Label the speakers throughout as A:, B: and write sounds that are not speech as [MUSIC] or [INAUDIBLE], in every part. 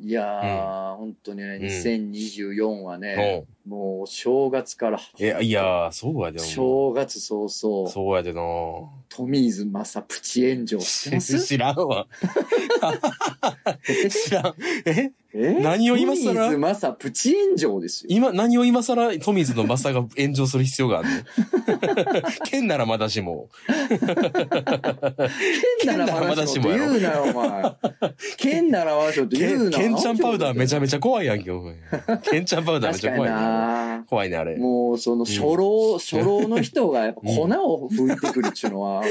A: いやー、本当にね、2024はね、もうお正月から、
B: え、いやー、そうやで、も
A: 正月早
B: う。
A: 々、
B: そうやでな
A: トミーズマサプチ炎上してます
B: 知らん
A: [LAUGHS]
B: わ。知らん。え
A: え
B: 何を今
A: トミーズ
B: 更
A: マサプチ炎上ですよ。
B: 今、何を今更、トミーズのマサが炎上する必要があるの [LAUGHS] 剣ならまだしも。
A: 剣ならまだしも言うなよ、お前。
B: [LAUGHS]
A: 剣ならまだしもって言う
B: 剣
A: な。
B: 剣ちゃんパウダーめちゃ
A: め
B: めちゃ怖いやんけ、お前。剣ちゃんパウダーめ
A: 確
B: ちゃ
A: か
B: 怖
A: に
B: いな。
A: な
B: 怖いね、あれ。
A: もう、その、初老、初老の人が、やっぱ、粉
B: うん
A: を吹いてくるっていうの
B: [LAUGHS]
A: は、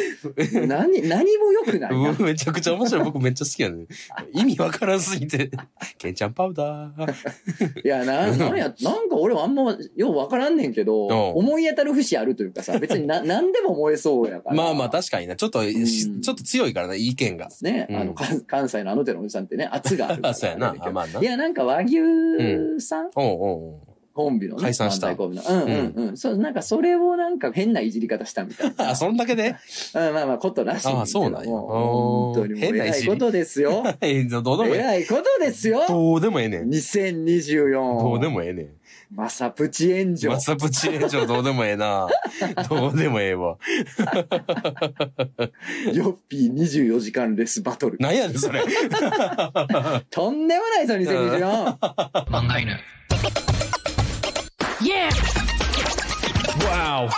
A: 何、何も良くないな。
B: めちゃくちゃ面白い。僕めっちゃ好きやね。意味わからんすぎて。ケンちゃんパウダー。
A: いや、な、なんや、なんか俺はあんまようわからんねんけど、
B: うん
A: 思い当たる節あるというかさ、別にな、
B: [LAUGHS]
A: 何でも燃えそうやから。
B: まあまあ確かにな。ちょっと、し
A: うん
B: ちょっと強いからな、意見が
A: で。すね。
B: うん
A: あの、関関西のあの手のおじさん
B: [LAUGHS]
A: ってね、圧があるから、。
B: あそうやな。あまあない
A: や、なんか和牛さん、
B: おうおうおう
A: コンビのね。
B: 解散した
A: 漫才コンビの。うんうんうん。そう、なんかそれをなんか変ないじり方したみたいな。 [LAUGHS]
B: あ、そんだけで
A: うん、まあまあ、ことらしいんだけども。
B: あそうなんや
A: 本当にもう
B: 変ない
A: 偉
B: いじ
A: い
B: り
A: ことですよ。
B: え、 [LAUGHS] どうでもええ。
A: 偉いことですよ。
B: どうでもええねん。どうで
A: 2024。
B: もええね
A: まさプチ炎
B: ん。
A: 上
B: マ。サプチ炎上どうでもええ
A: [LAUGHS]
B: な。どうでもええわ。
A: ヨッピー24時間レスバトル。
B: なんやねん、それ。
A: とんでもないぞ、2024。
B: Wow.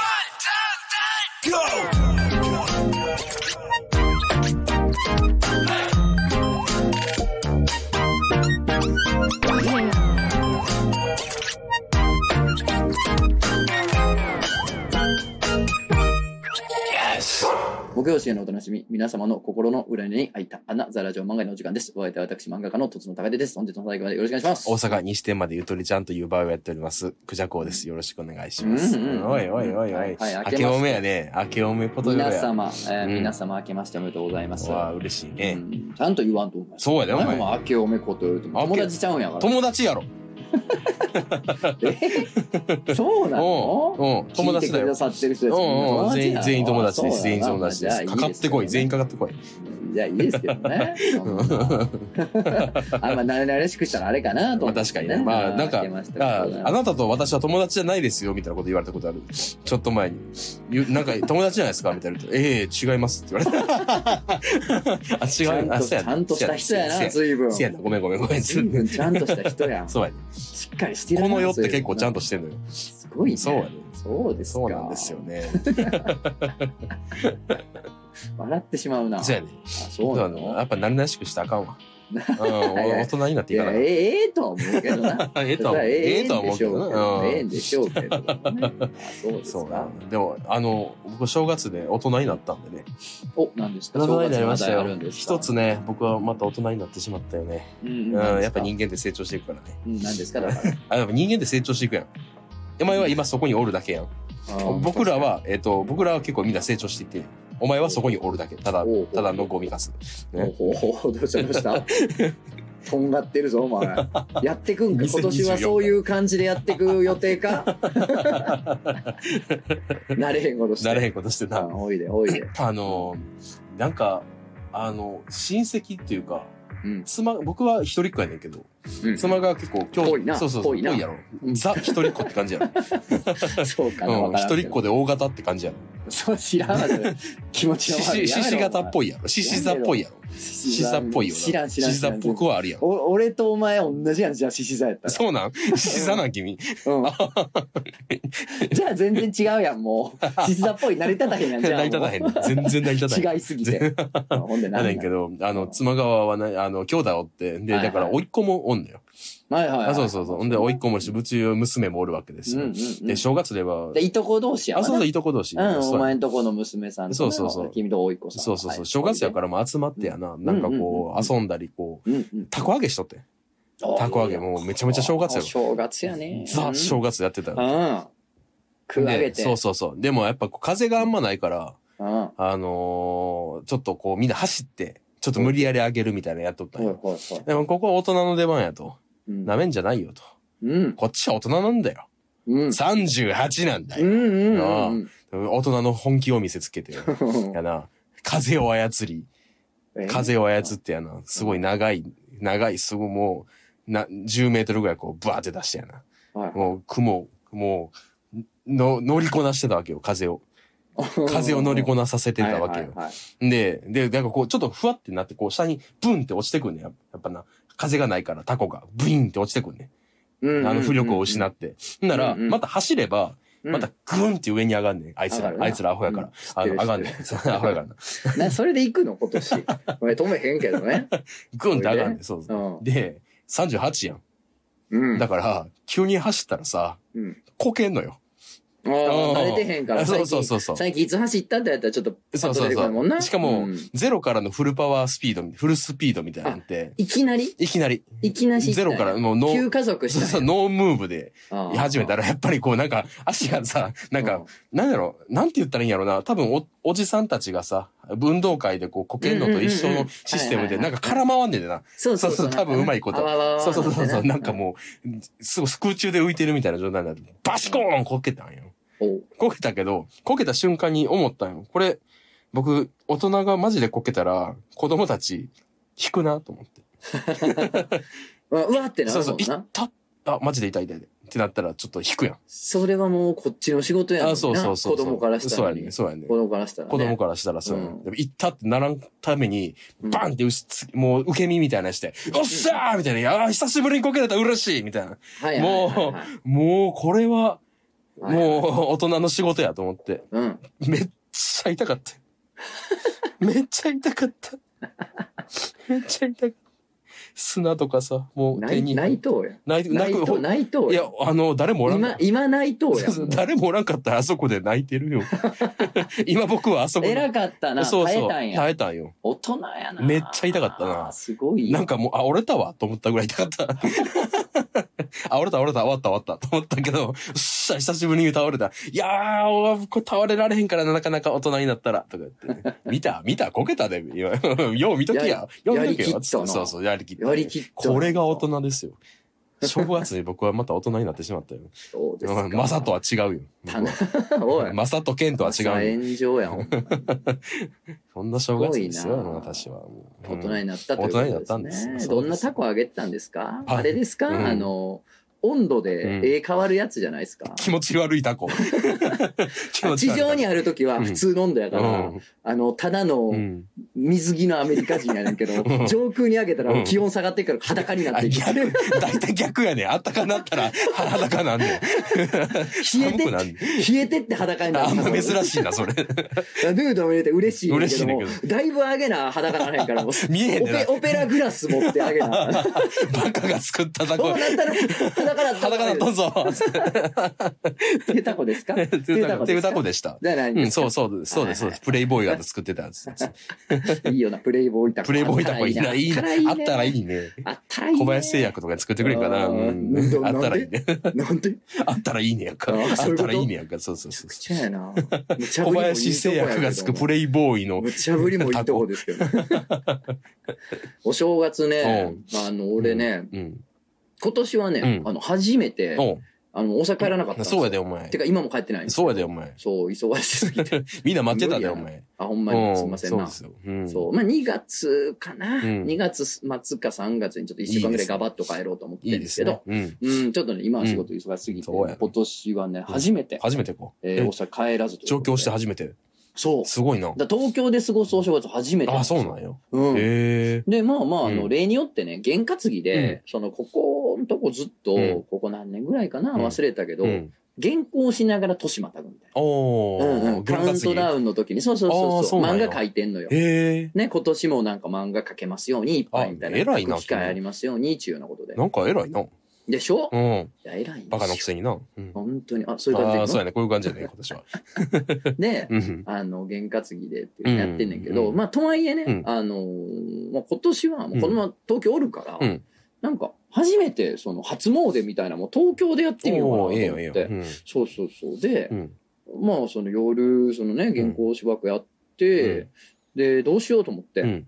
B: Yes.
A: 木曜深夜のお楽しみ、皆様の心の裏に開いた穴、ザラジオ漫画のお時間です。お相手は私、漫画家のとつのたかでです。本日も最後までよろしくお願いし
B: 大
A: ます。
B: 阪西天までゆとりちゃんという場をやっております。クジャコウです。よろしくお願いしま
A: う
B: す。
A: んうんうん
B: おいおいおいお
A: はい
B: い。
A: はい明けまして
B: 明けおめやね。明けおめことよ
A: 皆
B: や。
A: 様、えー
B: うん
A: 皆様、明けましておめでとうございます。
B: わあ、嬉しいね。
A: うんちゃんと言わんと思います。
B: そうやで、お
A: お前
B: 前。
A: も明けおめこと言うても友達ちゃうんや
B: [LAUGHS]
A: から。
B: 友達やろ。
A: え [LAUGHS] そうなの
B: うん。うん。友達
A: 聞いてくだ
B: だよ。
A: さってる人
B: う
A: たちみんなん
B: うん。全員、全員友達です。
A: そう
B: 全
A: や
B: 員
A: な
B: 友達で
A: まあじ
B: す。
A: ゃ
B: か
A: あ
B: か
A: いい
B: っ
A: ですけ
B: て
A: ど
B: こ
A: ね
B: い。全員かかってこい。
A: いや、いいですけど
B: [LAUGHS]
A: ね。そんなあんま慣れ慣れしくしたらあれかなと思って、
B: まあ確かにねまあなんか
A: 明けましておめでと
B: あ
A: うございます
B: あなたと私は友達じゃないですよ、みたいなこと言われたことある。ちょっと前に。ゆなんか、友達じゃないですかみたいな言うと。ええ違いますって言われた。
A: [LAUGHS]
B: あ、
A: ちゃ
B: 違
A: ん
B: う。あ、
A: と
B: そうや
A: ち
B: な
A: ゃんとした人や
B: そう
A: な、
B: や
A: 随分。
B: そうやな。ごめんごめんごめん。
A: 随
B: そう
A: 分ちゃんとした人や
B: [LAUGHS]
A: ん。し
B: やね。
A: っかりしてるな
B: この世って結構ちゃんとしてんのよ。
A: すごいね。
B: そうやね。
A: そうですか。
B: そうなんですよ。ね。
A: [LAUGHS] 笑ってしまうな。
B: そう
A: あ
B: やね。
A: そうな
B: そうやねや
A: の
B: っぱ慣れなしくしたらあかんわ。うん、大人になっ
A: い
B: ていかな
A: や、え
B: あかん。
A: えええとは思うけどな。
B: [LAUGHS] ええと
A: そ
B: は思
A: りゃ
B: う。ええとは
A: ん
B: 思
A: で
B: う
A: し
B: け
A: ょ
B: ど
A: うけ
B: な
A: ど。
B: う
A: え
B: ん
A: えんでしょうけどね。あそうです
B: そう
A: か
B: な。のでも、あの、僕正月で大人になったんでね。
A: お、なんですか
B: 大人になりました
A: 正月の話題ある
B: よ
A: ん。ですか
B: 一つね、僕はまた大人になってしまったよね。
A: うん
B: う、
A: うんん。
B: やっぱ
A: 人
B: 人間って成長していくからね。
A: うん、何ですかだから。
B: あ、でも人間って成長していくやん。お前は今そこにおるだけやん。僕らは、えっ、と、僕らは結構みんな成長していってる、お前はそこにおるだけ。ただ
A: おう、
B: ただのゴミかす。ね
A: おおどうしたどうしたとんがってるぞお前やってくんか今年はそういう感じでやってく予定かなれへんことして
B: なれへんことして
A: あ
B: な。
A: おいでおいで、
B: あの、なんか、あの、親戚っていうか、
A: うん
B: 妻、僕は一人っ子やねんけど、
A: うん、そ
B: 妻が結構、今
A: ぽいな
B: そうそうそう、
A: ぽいな
B: ぽいやろ
A: う。ん
B: ザ、一人っ子って感
A: [LAUGHS]
B: じやろ。
A: うかな、わ
B: うん、
A: から
B: 一
A: んけど
B: 人っ子で大型って感じやろ。
A: そう知らんわそれ気持ち
B: 獅
A: の悪
B: 子
A: い
B: 獅子型っ
A: い
B: ぽいやろ。獅子座っぽいやろ。獅子座っぽいよな。
A: 知らん知らん
B: 獅子座っぽくはあるやろ。
A: お俺とお前同じやんじゃあ獅子座やった
B: そうなん獅子座なん君。
A: ら、うん、じゃあ全然違うやんもう獅子座っぽい成り立たへんやんじゃあ
B: 成り立たへんね。全然成り立たへん。
A: 違いすぎて
B: [LAUGHS]
A: ほんで
B: や
A: 何
B: ねんけど、あ
A: う
B: の、
A: ん
B: 妻側はね、あの、兄弟おって、で、
A: はいはい
B: だから、甥っ子もおんのよ。
A: はいはいはい、
B: あ、そうそうそう。ほんで、甥っ子もおるし、うち娘もおるわけです
A: うんうん。
B: よ
A: うん、
B: で、正月では
A: で、、いとこ同士やわ
B: あ、
A: な
B: そうそう、いとこ同士。
A: うん、
B: そ
A: お
B: うや
A: 前んとこの娘さんと、ね、
B: そうそうそう
A: 君とおいっ子さん。。
B: そうそうそう。正月やかららもう集まってやな。
A: ん
B: なんか
A: うんうん
B: こ
A: うん
B: う、遊んだり、こう、
A: うんうん。
B: たこ揚げしとって。たこ揚げもうめちゃめちゃ正月やろ
A: 正月やね。
B: ザ、正
A: 月。
B: 月やってた
A: う
B: よ。
A: ん。食い上げ
B: で
A: て。
B: そうそうそう。でもやっぱこう風があんまないから、
A: うん。は
B: あのーちょっとこうみんな走って、ちょっと無理やり上げるみたいなのやっとっ
A: い
B: た
A: は
B: ん
A: い
B: よ。
A: はい。
B: でもここは大人の出番やと。
A: うん
B: なめんじゃないよと。
A: うん。
B: こっちは大人なんだよ。
A: うん。
B: 38なんだ
A: うんう
B: よ。
A: ん [LAUGHS]
B: ああ
A: うん
B: 大人の本気を見せつけてよ。やな。風を操り、
A: うん。
B: 風を操ってやな。すごい長い、長い、すごいもう、な、10メートルぐらいこう、バーって出してやな。
A: はい。
B: もう、雲を、もう、の、乗りこなしてたわけよ、風を。風を乗りこなさせてたわけ
A: はい
B: よ。
A: はいはい
B: で、で、なんかこう、ちょっとふわってなって、こう、下にブンって落ちてくんね。やっやっぱな、風がないからタコがブインって落ちてくんね。
A: うんうんうん
B: あの浮力を失って。んなら、
A: うんうん
B: また走れば、
A: うん
B: またグンって上に上がんねん。あいつ
A: 上が
B: ら
A: る、な
B: あいつらアホやから。あ
A: ってる
B: の、上がんねん。そう [LAUGHS] アホやからな。
A: なそれで行くの今
B: [LAUGHS]
A: 年。これ止めへんけどね。
B: グンって上がんねん。そう
A: う
B: そう。
A: ん。
B: で、38やん。
A: うん。
B: だから、急に走ったらさ、
A: うん
B: こけんのよ。
A: あー
B: うん
A: 慣れてへんから。
B: そうそうそうそう。
A: 最近いつ走ったってやったらちょっとパッ
B: そう
A: と
B: そ
A: 出て
B: う
A: こ
B: そ
A: ないもんな。
B: う。しかも、
A: うん
B: ゼロからのフルパワースピードみ、フルスピードみたいなんて、
A: いきなり
B: いきなり、
A: いきなり
B: ゼロからもうノ
A: 急
B: ー、
A: 加速し
B: そう
A: た
B: そう
A: ね。
B: ノームーブで
A: あー
B: 始めたら、やっぱりこうなんか、足がさ、なんか、なんやろ、なんて言ったらいいんやろな、多分お、おじさんたちがさ、運動会でこう、こけんのと一緒
A: うんうんうんうん
B: のシステムで、
A: はいは
B: ない
A: はい
B: んか空回んねんでな。
A: そうそう
B: そうそう多分うまいことそうそうそうそう、なんかもう、すごい空中で浮いてるみたいな状態になって、バシコーンこけたんよ。
A: う。お
B: こけたけど、こけた瞬間に思ったんよ。これ、僕、大人がマジでこけたら、子供たち、引くなと思って。
A: うわうわってな
B: そう
A: る
B: そ
A: も
B: う、
A: ん
B: 痛
A: な
B: っ。あ、マジで痛い痛い痛い。ってなったら、ちょっと引くやん。
A: それはもうこっちの仕事やもん
B: あ、
A: な
B: そうそうそうそう。
A: 子供からした
B: そう
A: ら
B: や
A: ね
B: ね。そうやね。
A: 子供からしたらね。
B: 子供からしたらそうやね
A: うん
B: でも行ったってならんために、
A: うん
B: バンってうし、もう受け身みたいなのして、おっしゃーみたいな、いやー久しぶりにこけれた嬉しいみたいな。
A: はいはいはいはい
B: もう、これは、
A: はい
B: もう、大人の仕事やと思って。
A: うん。
B: めっちゃ痛かった。めっちゃ痛かった。めっちゃ痛かった。砂とかさ、もう
A: な
B: 手
A: い
B: に。
A: 内藤や。
B: 泣い
A: 内
B: 泣く
A: 藤、
B: ほ
A: 内藤
B: い
A: や
B: や。、あの、誰もおらんか
A: 今
B: っ、
A: 今内藤
B: た。
A: や
B: [LAUGHS] そ
A: も
B: う
A: う。
B: 誰もおらんかったらあそこで泣い
A: [LAUGHS]
B: てるよ。今僕はあそこで。
A: 偉かったな。
B: そう
A: 耐
B: そ
A: え
B: う。
A: たんや。
B: 耐えたんよ。
A: 大人やな。
B: めっちゃ痛かったな
A: あーすごい。
B: なんかもう、あ、折れたわと思ったぐらい痛かった。 [LAUGHS] あ、折れた折れた、終わった終わったと思ったけど、うっしゃ、久しぶりに倒れた。いやー、おこれ倒れられへんからな、なかなか大人になったら、とか言っ
A: [LAUGHS]
B: て、ね。見た見たこけたで、今 [LAUGHS] よう見とき
A: や
B: や。よう見
A: やり
B: とけよ。
A: きったな
B: そうそう、やりきった。
A: やりきった。
B: これが大人ですよ。正月に僕はまた大人になってしまったよ。
A: そうですか。
B: マサとは違うよ。
A: たな。おい。
B: マサとケンとは違うよ。
A: 炎上やん。
B: そんな正月ですよ、
A: すごいな
B: 私は。もう
A: 大
B: うん
A: 人になったと
B: 大
A: いうこ
B: 人に
A: と
B: なっ
A: で
B: た
A: す
B: んです
A: ね。ど
B: よ
A: んなタコあげてたんですか
B: はい
A: あれですか、
B: うん
A: あの、温度でええ変わるやつじゃないですか、
B: 気持ち悪い
A: [LAUGHS]
B: タコ。気持ち
A: 地
B: 悪いタコ
A: 上にある時は普通の温度やから、あの、ただの
B: うん
A: 水着のアメリカ人やねんけど、
B: うん
A: 上空に上げた
B: う
A: ら
B: ん
A: 気温下がってっから裸にな
B: あ
A: っていく。
B: 逆、大体逆やね。あったかなったら、裸なんで。
A: 冷え
B: 寒
A: て
B: く
A: っ
B: なんね
A: 冷えてって裸にな
B: あ
A: る
B: んま珍しいな、それ。
A: ヌードを入れて嬉しいねん
B: 嬉しいねんけ
A: けども、だいぶ上げな裸ならへんから、もう
B: 見 [LAUGHS] えへん
A: オ
B: ねんな
A: ペオペラグラス持って上げ
B: [LAUGHS]
A: な。
B: バカが作ったタ
A: そう
B: コ。
A: なったら裸だった
B: 裸だったぞ。
A: [LAUGHS] 手タコです
B: [LAUGHS]
A: か
B: っていうタコっていうタコ
A: で [LAUGHS]
B: でした。
A: じゃあ何
B: うん、そうそうです、そうです、そうです。プレイボーイが作ってたやつ。 [LAUGHS]
A: いいよな、プレイボーイタコ。
B: プレイボーイタコいいな、いいな。あった
A: [LAUGHS]
B: ら
A: い。
B: いいね。
A: あったらいいね。
B: 小林製薬とかで作ってくれんかな。
A: あ
B: う
A: ーで
B: ん
A: も
B: あったらいいね。
A: なんて、め
B: あったらいいねやんか。
A: あ
B: あ
A: ーそうい
B: っ
A: うこと
B: たらいいねやんか。そうそう
A: ちゃ
B: そう
A: く。ちゃや
B: [LAUGHS]
A: な。
B: 小林製薬がつくプ
A: レ
B: レイボーイの
A: むちゃぶりもいいとこですけど。
B: [LAUGHS]
A: お正月ね、あの、俺ね、
B: うん。
A: 今年はね、
B: うん
A: あの、初めて、
B: お
A: あの、大阪帰らなかったん
B: う
A: です
B: そうや
A: よ。
B: で、お前
A: て。か、今も帰ってないんですよ
B: そうやで、お前。
A: そう、忙しすぎ
B: [LAUGHS]
A: て。
B: みんな待ってたで、お
A: 無理
B: 前。
A: あ、ほんま
B: う
A: に、すいません
B: そう
A: な
B: で。すよ。うん
A: そう。まあ、2月かな。
B: うん
A: 2月末か3月にちょっと1週間ぐらいガバッと帰ろうと思って
B: い
A: る
B: い
A: んで
B: ですす
A: けど
B: ね。、うん。
A: うん、ちょっとね、今は仕事忙しすぎて、
B: うんそうや
A: 今年はね、初めて、
B: 初めてこう。
A: えー大阪帰らずという
B: 上
A: ことで
B: 京して初めて。
A: そう。
B: すごいな。
A: だから東京で過ごすお正月初めて。
B: あ、そうなんよ。
A: うん
B: へ
A: で、まあまあ、あ
B: う
A: の、
B: ん
A: 例によってね、験担ぎで、その、ここのとこずっと、
B: うん
A: ここ何年ぐらいかな、
B: うん
A: 忘れたけ
B: え。
A: ど、
B: うん。
A: 原稿しながら年またぐみたい
B: お
A: な。うんう
B: ー。
A: ん。カウントダ
B: ウン。
A: ウンの時に、そうそう
B: あ
A: そ
B: ー
A: うそう、
B: そうなん
A: 漫
B: や
A: 画書いてんのよ。
B: へえ。
A: ね、今年もなんか漫画書けますように、いっぱいみたいな。
B: あ偉いな
A: 書く機会ありますように、ちゅうようなことで。
B: なんか偉いな。
A: でしょ
B: うん。
A: いや、偉いんですよ
B: バカのくせにな。うん。
A: 本当に。あ、そういう感じ
B: ああ、
A: で
B: そうやね。こういう感じやね、今
A: [LAUGHS]
B: 年は。
A: で、
B: うん。
A: あの、験担ぎでっていうのやってんねんけ
B: うん
A: ど、
B: うんうん
A: まあ、とはいえね、
B: うん
A: あのーまあ、今年はもうこのまま東京おるから、
B: うん
A: なんか、初めてその初詣みたいなもう東京でやってみようかなと
B: お
A: 思っ
B: ー、
A: て。
B: ええよ、ええよ。うん
A: そうそうそう。で
B: う、ん。
A: まあ、その夜、そのね、原稿しばらくやって、で、どうしようと思って、
B: うん。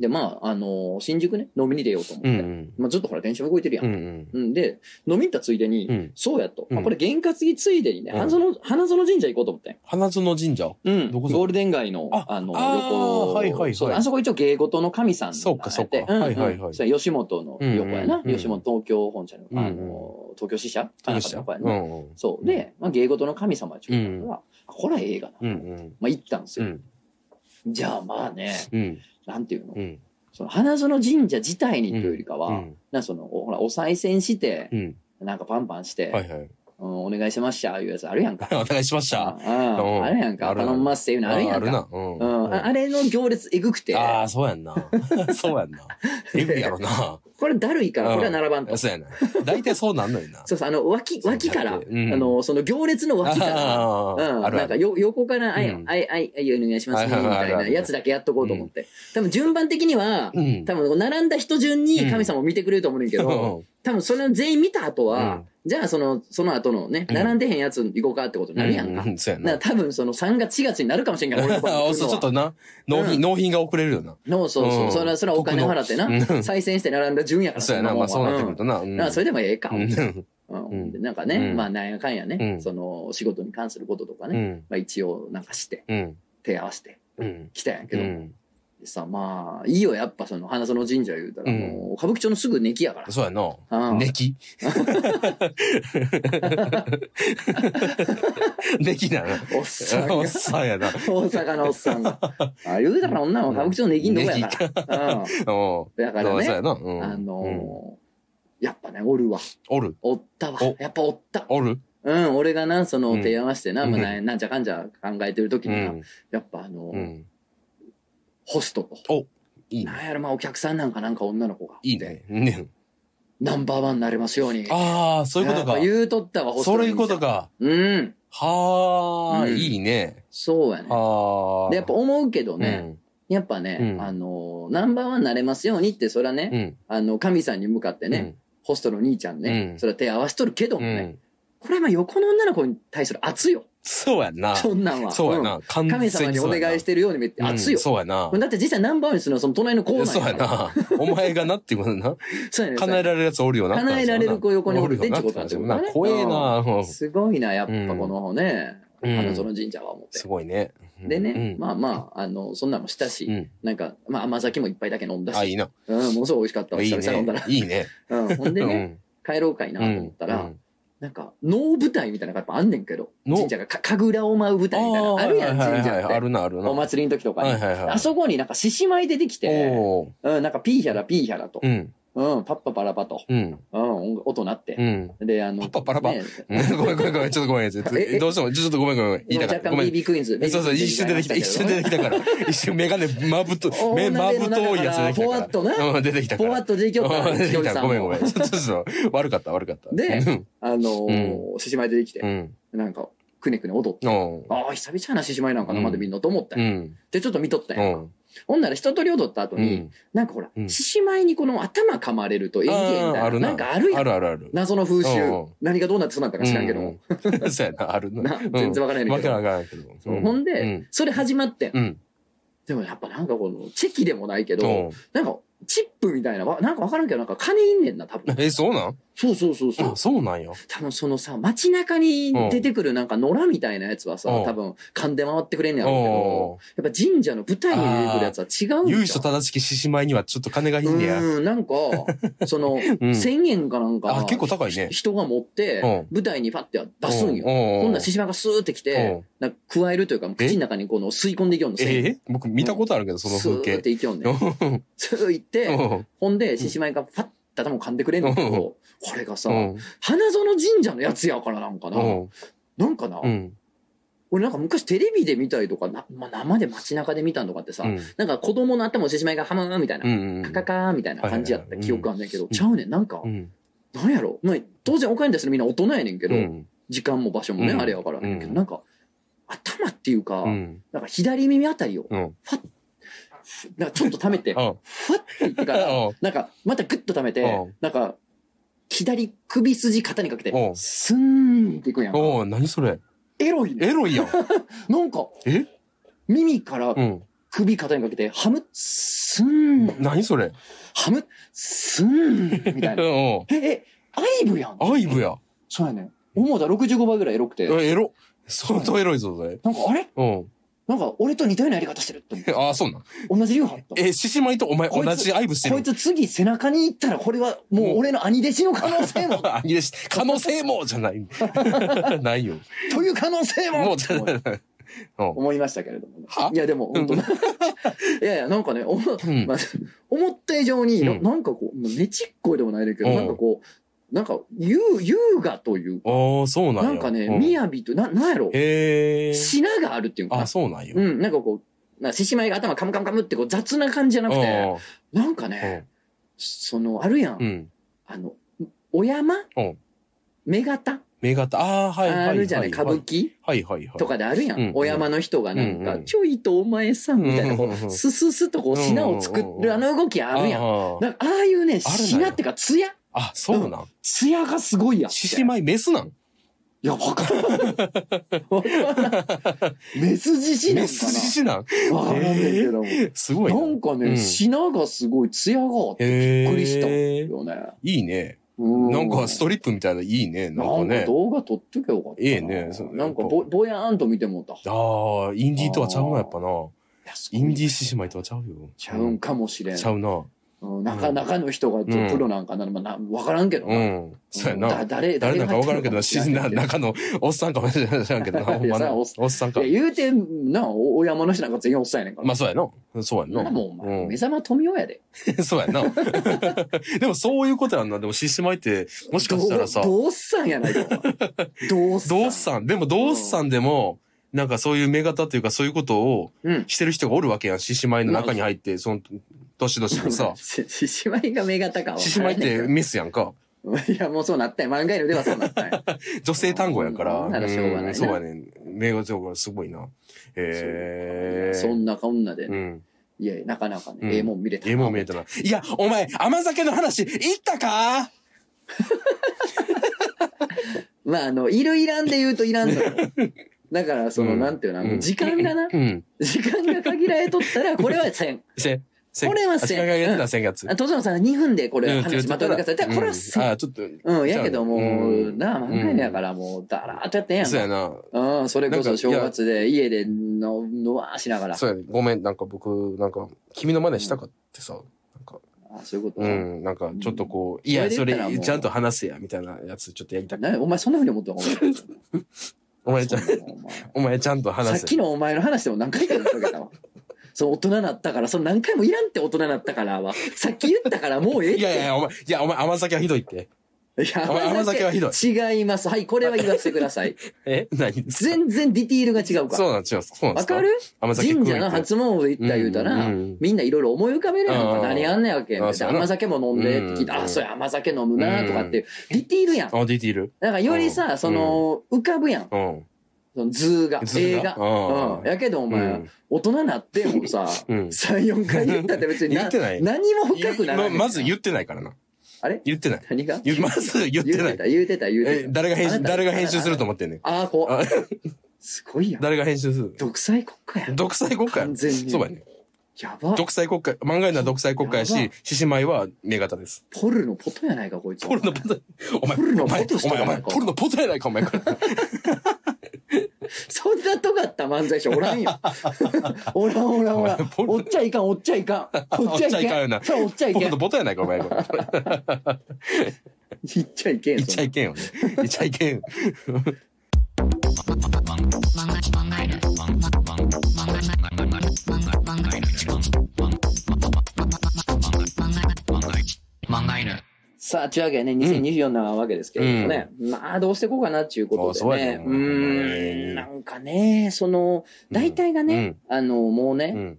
A: で、まあ、あの、新宿ね、飲みに出ようと思っ
B: う
A: て。
B: んうん。
A: まあ、ずっとほら、電車動いてるやん。
B: う
A: うんん
B: うん。
A: で、飲みに行ったついでに、
B: うん。
A: そうやと。
B: うん
A: あこれ、験担ぎついでにね、
B: うん
A: 花園、花園神社行こうと思って。
B: 花園神社。
A: うん。
B: ど
A: ゴ
B: こぞ
A: ールデン街の、
B: あ
A: あの、
B: あー
A: 横。
B: はいはいはい
A: そうあそこ一応芸事の神さんなんで
B: そうかそうか
A: んん
B: はいはいはい
A: それ吉本の横やな。
B: うんうんうん
A: 吉本東京本社の、あ
B: うん
A: の、東京支社
B: どう
A: あ
B: し
A: の横
B: た
A: や
B: う
A: な。
B: んうん。
A: そう。で、まあ、芸事の神様っていうのは、あこれはええがな。
B: うんうん。
A: まあ、行ったんです
B: う
A: よ。
B: ん
A: じゃあ、まあね、
B: うん
A: なんていうの
B: う、ん
A: その花園神社自体にというよりか
B: う
A: は、
B: ん
A: なんかその、おほら、お賽銭して
B: う、ん
A: なんかパンパンし
B: は
A: て、
B: い [LAUGHS] はい。
A: うんお願いしました、いうやつあるやんか。
B: お願いしました。
A: あ
B: うん
A: ああれやん
B: あ
A: か。
B: るある
A: 頼んますっていうのあるやんか。
B: な。う
A: うんん、ああれの行列えぐくて、
B: ああ、そうやんな。 [LAUGHS] そうやんな。えぐいや
A: [LAUGHS]
B: ろな。
A: これだるいから、これは並ばんと。
B: そうやな。大体そうなんのよな。
A: そうそう、あの、脇、脇から、あ
B: うん
A: の、その行列の脇から、うん、
B: ある
A: な
B: あ
A: んか
B: る。
A: よ横から、あい、
B: うん
A: あい、あい、あい、お願いしますね、
B: はい
A: み
B: はいはい
A: たいなやつだけやっとこうと思って。多分順番的には、
B: うん。
A: 多分並んだ人順に神様を見てくれると思うねんけど、多分それを全員見た後は、じゃあその、その後のね、
B: うん
A: 並んでへんやつ行こうかってことになるやんか。だか。
B: そうやな
A: ら。多分その3月4月になるかもし
B: [LAUGHS]
A: れんから、俺の番
B: あ
A: 組
B: そ
A: 来
B: う
A: るの
B: ちょっ
A: は
B: とな、納品、納品が遅れるよな。
A: のそうそうう、
B: ん
A: それはそれはお金払ってな、
B: うん
A: 再選して並んだ順やから。
B: そうやな、
A: ん
B: ま
A: も
B: あ
A: んは
B: そうなってくるとな。う
A: うん
B: ん
A: だからそれでもええか。う
B: うん
A: んでなんかね、
B: うん
A: まあなんやかんや
B: う
A: ね、
B: ん
A: その仕事に関することとか
B: う
A: ね、
B: ん。
A: まあ一応なんかして、
B: うん。
A: 手合わせて
B: うん。
A: 来たんやけ
B: う
A: ど、
B: ん。
A: さ、まあ、いいよ、やっぱその花園神社言うたら、
B: うん
A: もう歌舞伎町のすぐ根木やから。
B: そうやな。
A: うん
B: ネ
A: [LAUGHS]
B: キネキだな。
A: おっさ
B: [LAUGHS]
A: んが
B: おっさんやな。
A: 大阪のおっさんが。あ言うたから女は歌舞伎町のネギんとこやから。うん。
B: おう
A: だか
B: そうや
A: らね、
B: な。うん
A: あ
B: うん
A: のー、やっぱね、おるわ。
B: おる
A: おったわ
B: お。
A: やっぱおった。
B: おる
A: うん、俺がな、その
B: うん
A: 提案はしてな、まあ
B: う
A: ななんじゃかんじゃ考えてる時
B: う
A: にな、
B: ん。
A: やっぱあの
B: う
A: ー、
B: ん。
A: ホストと。
B: いいね。
A: なんやろ、まあお客さんなんかなんか女の子が。
B: いいね。ね
A: ナンバーワンになれますように。
B: ああ、そういうこと
A: やっ
B: か
A: ぱ。言うとったわ、ホスト
B: そ
A: の
B: うい
A: 神
B: う
A: 社
B: こと。か。
A: うん、
B: はあ、
A: うん
B: いいね。
A: そうやね。
B: はあ。
A: でやっぱ思うけどね、やっぱね、
B: うん
A: あのナンバーワンになれますようにってそれはね、
B: うん。
A: あの神さんに向かって
B: う
A: ね、
B: ん。
A: ホストの兄ちゃんね、
B: うん
A: それは手合わしとるけど
B: う
A: もね、
B: ん。
A: これはまあ横の女の子に対する熱よ
B: そうやんな。
A: そんなんは
B: そうやな。
A: うん
B: 神
A: 神様にお願いしてるように見えて熱よ、
B: そうやな。
A: だって実際ナンバーワンにするのはその隣の子なん
B: そうや
A: から
B: な。お前がなっていうことな。
A: そうやね
B: 叶えられるやつおるよな。
A: 叶えられる子横におるで
B: よな
A: ってことなんだよな
B: な怖えな。うん
A: すごいなやっぱこのね、
B: うん
A: 花園神社は思って
B: す、ごいね。
A: でね、
B: うん
A: まあまああのそんなのしたし、
B: うん。
A: なんか、まあ、甘酒もいっぱいだけ飲んだ
B: あ、
A: し、
B: いいな。
A: うん、ものすごい美味しかったわ
B: いい
A: 久々飲んだ
B: ね
A: ら。、
B: いいね。
A: うん、ほんでね、帰ろうかいな
B: う
A: と
B: ん
A: 思ったら、
B: うん
A: なんか、能舞台みたいなのがやっぱあんねんけど、
B: 能
A: 神社がか神楽を舞う舞台みたいなのあるやん、
B: あ
A: 神
B: ーはいはい
A: 社
B: はいあ
A: って。
B: るな、あるな。
A: お祭りの時とか
B: はい
A: に。
B: はいはい。
A: あそこになんか獅子舞出てきて、
B: おー
A: うん、なんかピーヒャラピーヒャラと
B: う、ん。
A: うん、パッパパラパと、
B: うん。
A: うん、音音鳴っ
B: う
A: て。 [LAUGHS]
B: ん。
A: で、あの、
B: パッパパラパ
A: ね
B: うんごめんごめんごめん、ちょっとごめん。ちょっと
A: ええ
B: どうしても、ちょっとごめんごめんごめん。言いたかっ
A: 若
B: た。
A: 干
B: ごめん。
A: BB クイーンズ。
B: そうそう、一瞬出てきた、一瞬出てきたから。一瞬メガネ、まぶ
A: [LAUGHS]
B: と、目、まぶと多いやつ出てき
A: ぽ
B: たから。
A: わっとな、
B: うん、出てきたか
A: ぽ
B: ら。
A: わっと出てきよった
B: う
A: ら、
B: ん出て
A: ひ
B: き
A: とりさ
B: た。
A: んも
B: ごめんごめ [LAUGHS] ん。ちょっとちょっと悪かった、悪かった。
A: で
B: うん
A: あのー、獅子舞出てき
B: う
A: て、
B: ん。
A: なんか、くねくね踊って。
B: うん。
A: ああ、久々やな獅子舞なんか生で見んのと思ったん
B: う
A: や
B: ん。
A: で、ちょっと見とったん
B: う
A: や
B: ん。
A: ほんなら一通り踊った後
B: う
A: に、
B: ん。
A: なんかほら
B: う、ん
A: 獅子舞にこの頭噛まれると演芸み
B: あー
A: た
B: あ
A: いな、
B: る
A: なんかあるや
B: あ
A: ん。
B: るあるある。
A: 謎の風
B: うんう
A: 習
B: ん。
A: 何がどうなってそうなったか知らんけども。
B: ど。 [LAUGHS] そうやな、あるな。
A: な全然わからんや
B: わ
A: んけ
B: けわ
A: ど。
B: からんけど。
A: そううほん
B: う
A: で、それ始まってん
B: うん。
A: でもやっぱなんかこの、チェキでもないけ
B: う
A: ど、
B: ん。
A: なんか、チップみたいな、わなんかわからんけど、なんか金いんねんな、多分。
B: え、そうなん
A: そうそうそうそう
B: あ、。そうなんよ。
A: 多分そのさ、街中に出てくるなんか野良みたいなやつはさ、
B: うん
A: 多分噛んで回ってくれんねやろうけど、
B: お
A: やっぱ神社の舞台に出てくるやつは違うんじゃん
B: 由緒正しき獅子舞にはちょっと金がいいんねや。
A: うん、なんか、その、
B: うん
A: 1000円かなんか、
B: あ、結構高いね。
A: 人が持って、
B: う
A: 舞台にパッて出すんよ。
B: う
A: ほんなら獅子舞がスーってきて、なんか加えるというか、口の中にこの吸い込んでいきよんの、
B: え
A: 1000円。
B: え僕見たことあるけど、その
A: ス
B: 風
A: ーっ
B: 景。
A: ていきよんね。スーいって、ほんで、獅子舞がパッて頭噛んでくれんのけど、
B: うん
A: これがさ、花園神社のやつやからなんかな。なんかな、俺なんか昔テレビで見たりとか、なまあ、生で街中で見たんとかってさ、なんか子供の頭を獅子舞がハマーみたいな、カカカーみたいな感じやった記憶あんねんけど、
B: いはい
A: ちゃうねん、なんか、なんやろ、まあ、当然お金出すのみんな大人やねんけど、時間も場所もね、
B: うん
A: あれやからねんけど、
B: うん
A: なんか頭っていうか、なんか左耳あたりをなんかちょっと溜
B: [LAUGHS]
A: めてふわっていってからなんかまたグッと溜めて
B: うん
A: なんか左首筋肩にかけ
B: う
A: て
B: ん
A: スーンっていくんやんか
B: おお何それ
A: エロいね
B: エロいやん。
A: なんか
B: え
A: 耳から
B: うん。
A: 首肩にかけて、ハム、スーン、
B: 何それ
A: ハム、スーン、みたいな。
B: うん。
A: え、え、アイブやん。
B: アイブや。
A: そうやね。思うたら65倍ぐらいエロくて。
B: えエロ。相当エロいぞ、それ。
A: なんかあれ
B: うん。
A: なんか俺と似たようなやり方してるって思って
B: ああ、そうなん。
A: 同じ流派だった。
B: え、獅子舞とお前
A: こい
B: 同
A: つ
B: じアイブして
A: こい
B: る。
A: つ次背中に行ったらこれはもう俺の兄弟子の可能性 [LAUGHS]
B: [LAUGHS]
A: も、
B: いいです。可能性もじゃない。 [LAUGHS] な
A: [LAUGHS]
B: いよ。
A: という可能性も
B: もうじゃない。う
A: 思いましたけれどもね
B: はい
A: やでも本当
B: う
A: [LAUGHS] いやいやなんかねおも
B: ん。
A: まあ思った以上にな,、
B: うん
A: んかこうもうねちっこいでもないけど、
B: うん
A: なんかこうなんか優優雅というか
B: ああ、そうなんや。
A: なんかね、
B: うん
A: 雅とななんやろ
B: へえ。
A: 品があるっていうか
B: あ、そうなんや。
A: う、ん、なんかこうな獅子舞が頭カムカムカムってこう雑な感じじゃなくてなんか
B: う
A: ね
B: ん
A: そのあるやん、
B: うん。
A: あのお山
B: うん
A: 目型
B: 目型、ああ、はいはいはいはい。
A: あるじゃない歌舞伎
B: はいはいはい。
A: とかであるや
B: うんうん
A: んお山の人がなん
B: う
A: か
B: んうん
A: 「ちょいとお前さん」みたいなこ
B: うんうんうん
A: うスススとこう品を作
B: うんうんうん
A: るあの動きあるやん
B: あー
A: なんかああいうね
B: あるのよ
A: 品っていうか艶
B: あ、そうなん。
A: 艶がすごいやん
B: 獅子舞メ
A: [LAUGHS]
B: スなん
A: いやわからんわからんメス獅子な
B: メ
A: ん
B: ス獅子なん
A: かなわからんねんけども
B: [LAUGHS] すごい
A: な
B: な。
A: んか
B: う
A: ね
B: ん
A: 品がすごい艶があって
B: へえ。
A: びっくりしたよね
B: いいね。
A: う
B: なんかストリップみたいないいね。なんか
A: なん
B: ね
A: か。動画撮っとけばよかったな
B: ええねそう
A: なんかぼぼやーんと見てもうたい
B: ああ、インディーとはちゃうな、やっぱな。
A: やすごい
B: インディー獅子舞とはちゃうよ。
A: ちゃうんかもしれん
B: ちゃうな。
A: うんなかなかの人がプ
B: うん
A: ロなんかな、まあな分からんけどな、
B: う
A: うん
B: ん。そうや
A: だ
B: な。
A: 誰
B: 誰なんか分からんけど、
A: 知
B: 獅
A: ら
B: 子
A: ん
B: な
A: けど
B: 中のおっさんかもしれんけどな。ほ
A: [LAUGHS]
B: んま
A: い
B: な。
A: や
B: おっさんか
A: い。や言うてんなおお山の人なんか全員おっさんやねんから、
B: まあそうやな。そうや
A: なん
B: な。
A: かもうお前、
B: うん
A: 目覚ま富雄やで
B: [LAUGHS] そうやな。 [LAUGHS] でもそういうことやんな。でも獅子舞って、もしかしたらさ、
A: どうどうっさんや
B: [LAUGHS]
A: ないかお前どうっさん
B: ドースさん、でもドースさんでも、なんかそういう目型というかそういうことを
A: うん、
B: してる人がおるわけやん。獅子舞の中に入って、その、年々のさ
A: [LAUGHS] 獅子舞が目型か
B: [LAUGHS] 獅子舞ってメスやんか。
A: 舞って [LAUGHS] いやもうそうなったよ漫画のではそうなったよ
B: 女性単語やから。
A: うんならしょうがないなん
B: そうやねん。目型がすごいな。へえ。
A: そんなこんなで
B: う
A: ね、
B: ん。
A: いやなかなかね、
B: うん
A: ええもん見れたな
B: ええもん見えたな。いや、お前、甘酒の話、言ったか
A: まああのいるいらんで言うといら
B: [LAUGHS]
A: んのよだからその、
B: うん
A: なんていうのあの
B: うん
A: 時間がな、
B: うん。
A: 時間が限られとったらこれは
B: [LAUGHS]
A: せん
B: せ、せ、
A: これはせ
B: 足利がやってた先月。
A: あ、とぞのさんが2分でこれ話まとめてください。だからこれは
B: うん
A: せ、
B: あ、ちょっと。
A: うん、やけども
B: う
A: う、
B: ん
A: なあ、漫画やからもう、だらーっとやってんやん
B: そうや
A: か。
B: な。
A: うん、それこ
B: なん
A: そ
B: か
A: 正月で家での、のわーしながら。
B: そうやね。ごめん、なんか僕、なんか、君の真似したかってさ、なんか、
A: あそういうこと
B: う
A: な。
B: ん、なんか、ちょっとこう、いや、
A: そ
B: そ
A: れで言ったらも
B: れ、
A: う
B: ちゃんと話せや、みたいなやつ、ちょっとやりたく。
A: なお前そんなふうに思ったの
B: [LAUGHS] お
A: お
B: 前ちゃん、お前ちゃんと
A: さっ
B: 話せ
A: き。のお前の話でも何回か言ったけど。そう、大人なったから、その何回もいらんって大人なったからは、さっき言ったからもうええっ
B: い
A: て。
B: やいやいや、お前、いや、お前、甘酒はひどいって。
A: いや
B: お前甘酒はひど
A: 違います。はい、これは言わせてくだ
B: [LAUGHS]
A: さい。
B: え何ですか
A: 全然ディティールが違うか
B: そう
A: ら。
B: なん違う。そうなんで
A: わ
B: すか
A: かる
B: 甘酒食う
A: 神
B: っ
A: 社
B: て
A: の初詣行った言うたら、
B: うんうん
A: みんないろいろ思い浮かべるやんか
B: うん
A: 何やんねんわけやん
B: あそうやな
A: 甘酒も飲んでって聞いた
B: うん
A: ら、あそうや甘酒飲むなとかっていうディティールやんだ
B: あ、出ている。
A: からより
B: う
A: さ
B: ん
A: その浮かぶやん
B: うん。
A: その図が
B: 図が
A: 映画
B: うん
A: うんやけどお
B: う
A: 前
B: ん
A: 大人なってもさ
B: [LAUGHS] うん。
A: 34回言ったって別に
B: 言ってない
A: 何も深くなら
B: ま
A: ない
B: まず言ってないからな。
A: あれ
B: 言ってない。
A: 何が
B: 言まず言って
A: 言っ
B: な
A: て
B: い。
A: た言うてた言う
B: え
A: て、た
B: 誰が編
A: あ
B: 集、
A: なた
B: 誰が編集すると思ってんね
A: [LAUGHS]
B: ん。
A: ああこ
B: あ
A: うすごいやん
B: 誰が編集する
A: 独裁国家やん
B: 独裁国家や
A: 完全に
B: そうやね。
A: やば
B: 独裁国家、漫画家は独裁国家や
A: やば
B: し、獅子舞は目型です。
A: ポルのポトやないかこいつ
B: ポルのポト、お前、
A: ポル
B: お
A: の
B: 前、
A: ポトし
B: お
A: た
B: 前、
A: か
B: お前、
A: ら
B: ポルのポトやないか、お前。
A: そんな尖った漫才師おらん
B: [LAUGHS]
A: よ。おらんおらんおらん。おっちゃいかんおっちゃいかん。 [LAUGHS] おっちゃい
B: おっちゃいかん
A: け
B: よ
A: ん
B: な。
A: そうおっちゃい
B: ポ
A: け
B: ル
A: ん
B: の。ポトやないか、お前。
A: いっちゃいけん。
B: 言っちゃいけんよね。言っちゃいけん。
A: さあ、というわけでね、2024なわけですけれどもね。まあ、どうしていこうかなっていうことで
B: あ
A: ね。
B: そうやね
A: うーん。なんかね、その、大体がね、あの、もう
B: う
A: ね、
B: ん。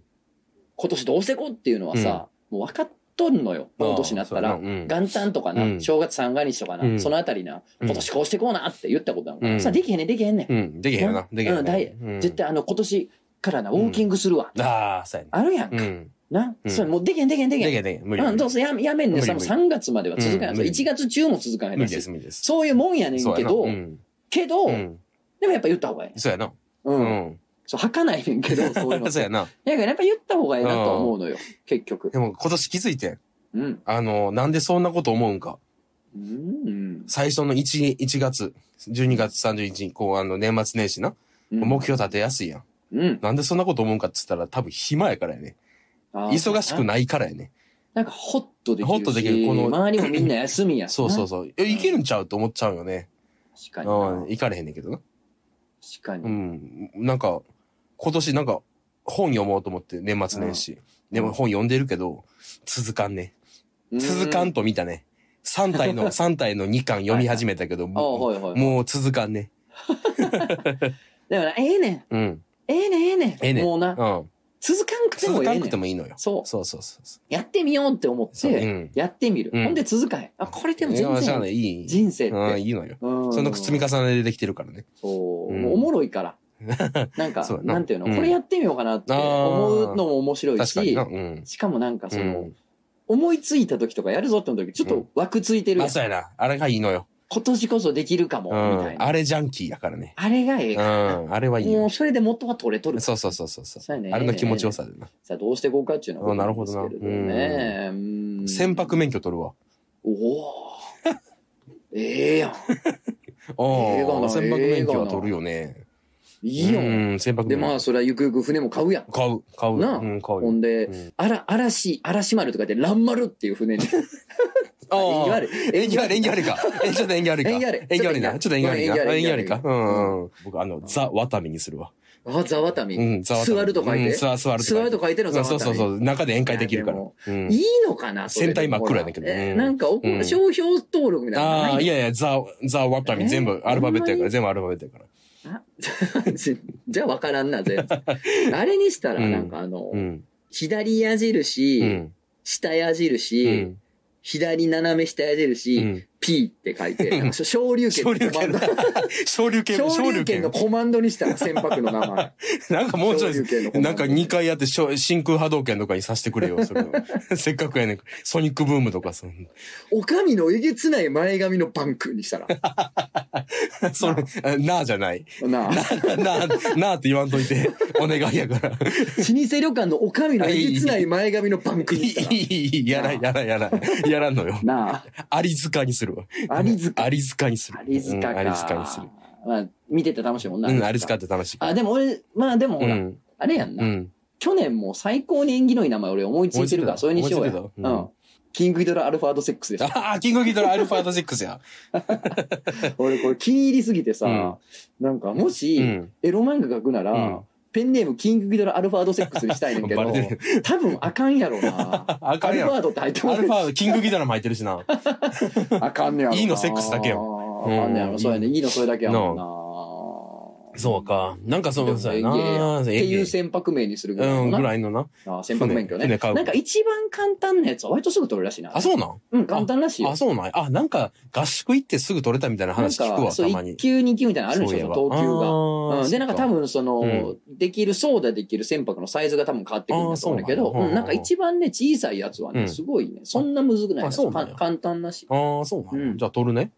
A: 今年どうしてこうっていうのはさ、もう分かっとんのよ。この年になった
B: ああ
A: ら
B: そうやなうん。
A: 元旦とか
B: う
A: な、
B: ん
A: 正月三が日とか
B: う
A: な、
B: ん
A: そのあたりな、
B: うん
A: 今年こうしてこうなって言ったことなのか
B: う
A: な。
B: ん
A: さあ、できへんねんできへんねん
B: う。ん。できへんよな。できへん
A: う
B: よ
A: ん、
B: な
A: ダイエ。
B: うん
A: 絶。対あの今年からなウォーキングするわ、
B: ああ、そうやね。
A: あるやんか、
B: うん。
A: な、
B: うん
A: それもうでけんでけんで
B: でき
A: けん
B: へん、できへん。無理。
A: うん、どうせややめんねん
B: 無理
A: その
B: 無理
A: 3月までは続かない、
B: うん
A: それ
B: 無理
A: 1月中も続かない
B: 無
A: ら
B: 理
A: し
B: で
A: い
B: す、無理です。
A: そういうもんやねん
B: そう
A: け
B: やな
A: ど
B: うん。
A: けど、
B: うん
A: でもやっぱ言った方がいい、
B: そうやな。
A: う
B: うんん。
A: ちょ吐かないねんけ
B: [LAUGHS]
A: ど、そういうの。
B: そうやな。
A: だからやっぱ言った方がええなとは思うのよ、結局。
B: でも今年気づいてん。
A: うん。
B: あの、なんでそんなこと思うんか。
A: うん。
B: 最初の 1, 1月、12月31日、こう、あの、年末年始な。
A: うん
B: 目標立てやすいやん。
A: うん。
B: なんでそんなこと思うんかっつったら、多分暇やからやね。
A: あー
B: 忙しくないからやね。
A: なんかホッとできるし。
B: ホッとできるこの
A: 周りもみんな休みやしな。
B: そうそうそう。え、いけるんちゃうと思っちゃうよね。
A: 確かにな。
B: うん、行かれへんねんけどな。
A: 確かに。
B: うん。なんか、今年なんか、本読もうと思って、年末年始。でも本読んでるけど、続かんね。
A: うん
B: 続かん。と見たね。3
A: [LAUGHS]
B: 体の、3体の2巻読み始めたけど、
A: ああ、
B: も
A: はいはい。
B: うもう続かんね。
A: だから、ええねん。
B: うん。
A: ええねん、ええねん。
B: ええねん
A: もう
B: う
A: な、
B: ん。
A: 続かんくても
B: 続
A: ええ
B: か
A: ね
B: ん
A: ん。
B: くてもいいのよ。
A: そう。
B: そうそうそうそう。
A: やってみようって思っ
B: そうう
A: て、
B: ん。
A: やってみる。
B: うん
A: ほんで続かへん。あ、これでも
B: い
A: 全
B: やしゃあな
A: 然
B: いいい。
A: 人生っ
B: うん、
A: て。
B: いいのよ。
A: うん
B: その積み重ねでできてるからね。
A: そう。
B: うん
A: もうおもろい
B: [LAUGHS]
A: から。なんか
B: そうや、な
A: なんていうの、
B: うん
A: これやってみようかなって思うのも面白い
B: 確かに
A: し
B: な。、うん。
A: しかもなんか
B: う
A: その、
B: ん。
A: 思いついた時とかやるぞっての時、ちょっと枠ついてるや
B: ま
A: ん
B: あ、そうやな。あれがいいのよ。
A: 今年こそできるか
B: う
A: も、みたい
B: ん。
A: な。
B: あれジャンキーやからね。
A: あれがええ
B: う
A: か
B: ん。あれは
A: ら。
B: いいよ
A: もう。それで元は取れとる。
B: そうそうそうそうそう。
A: そうやね
B: あれの気持ちよさでな。
A: さあどうしていこうかっていうのは
B: あなるほどな
A: ですけれどね。うん
B: 船舶免許取るわ。
A: おおー。ええやん。映画
B: あ
A: な
B: あ、船舶免許は取るよね。
A: いいやん。
B: うん、船舶
A: で、
B: 免
A: まあ、
B: 許。
A: それはゆくゆく船も買うやん。
B: 買う、買う。
A: なあ
B: うん、買う
A: ほ
B: よ。
A: んで、
B: うん
A: あら、嵐、嵐丸とかで、ラン丸っていう船に。
B: ああ
A: 縁起悪い。
B: 演技ある、演技あるか。 [LAUGHS] えちょっと演技あるか。
A: 縁起悪い
B: 演技ある
A: ち
B: な。ちょ
A: ょ
B: っ
A: っ
B: と
A: と
B: 演
A: 縁
B: 技
A: 起
B: あ
A: 悪
B: る
A: い
B: な。演技あ
A: 縁
B: る
A: 起悪
B: か
A: い。
B: うんうん。僕、あの、ザ・ワタミにするわ。
A: あ、ザワタミ。
B: うん、ザ・ワタミ。
A: 座ると書いて
B: うん座座ると書いて。
A: 座ると書いてるのザワタ
B: そう
A: ミ。
B: そうそう。中で宴会できるから。
A: いやでも
B: うん
A: いいのかなそれで
B: 戦隊真っ暗やねんけどね
A: えなんかおこ、
B: うん
A: 商標登録みたいなの
B: あ
A: な
B: あ、
A: い
B: いやいや、ザ・ザ・ワタミ
A: え
B: 全部アルファベットや
A: ほんまに
B: から、全部アルファベットやから。
A: の [LAUGHS] じゃあ分からんな、全
B: [LAUGHS]
A: 然。あれにしたら、なんかあの、
B: うん。
A: 左矢
B: う
A: 印、
B: ん。
A: 下矢
B: う
A: 印、
B: ん。
A: 左斜め下矢印、
B: うん。
A: P って書いて、
B: [LAUGHS]
A: なんかしょ昇竜拳
B: 昇竜
A: のコマ
B: 拳
A: ンド
B: [LAUGHS] だ。昇竜拳、
A: 昇
B: 昇
A: 竜
B: 竜
A: 拳
B: 拳
A: の。 [LAUGHS] コマンドにしたら船舶の名前。
B: なんかもうちょい
A: 昇竜拳の、コマンド
B: [LAUGHS] なんか2回やって、しょ真空波動拳とかにさせてくれよ、それを [LAUGHS] せっかくやねん。ソニックブームとか、その
A: おかみのえげつない前髪のバンクに
B: [LAUGHS]
A: したら。
B: それ、あなあ [LAUGHS] じゃない。
A: なあ。老舗
B: なあ、なあって言わんといて、お願いやから。
A: 旅館のおかみのえげつない前髪のバンク
B: い
A: にしたら
B: [LAUGHS] い、。いい、いいやらん、やらん、やらん。やらんのよ。
A: なあ。
B: アリ塚にするわ。
A: アリ塚。
B: アリ塚にする。
A: アリ塚
B: うん
A: か。
B: アリ塚にする。
A: まあ、見てて楽しいもんな。
B: うん、アリ塚って楽しいから。
A: あ、でも俺、まあでもほ
B: う
A: ら、
B: ん。
A: あれやん
B: う
A: な。
B: ん。
A: 去年もう最高に縁起のいい名前俺思いついてるから、それにしようや。
B: 思いついて
A: う
B: たうん
A: ん。キングギドラアルファードセックスでしょ
B: ああ、キングギドラアルファード6や。
A: 俺これ気に入りすぎてさ、なんかも
B: う
A: し、
B: ん。
A: エロ漫画描くなら、
B: うん
A: ペンネームキングギドラアルファードセックスにしたいねんけ
B: [LAUGHS] バレ
A: ど
B: てる、
A: 多分あかんやろな。
B: あ
A: ア
B: かん
A: ル
B: や
A: ファ
B: ろ。
A: ードって入っても
B: アルファード、キングギドラも入ってるしな。
A: あかんねやろな。
B: いいのセックスだけ
A: よあかんねや
B: う
A: ろ。
B: ん
A: そうやね。いいのそれだけやもんな。
B: そうか。なんかそうそうやな。
A: っていう船舶名にするぐらい
B: うん、
A: の
B: ぐ
A: な。
B: らいのな。
A: あ船舶免許ね。
B: 船船買う
A: なんか一番簡単なやつは割とすぐ取るらしいな。
B: あ、そうなん
A: うん、簡単らしいよ
B: あ、。そうなんあ、なんか合宿行ってすぐ取れたみたいな
A: なん
B: 話聞く
A: か、
B: わ、
A: そ
B: た
A: う、
B: ま
A: 1
B: に。
A: 級2級みたいなのあるんでしょ、
B: そういえば
A: その等級が。
B: あー
A: うん、で、なんか多分、その、
B: う
A: できる、そうだできる船舶のサイズが多分変わってくるんだと思うんだけ
B: あ
A: ど、
B: ーそうなんや
A: うんなんか一番ね、小さいやつは
B: うん
A: ね、すごいね、そんなむずくない
B: あ
A: やつ
B: そうなんや
A: か簡単なし。
B: [LAUGHS] ああ、そうなんや
A: うん
B: じゃあ取るね。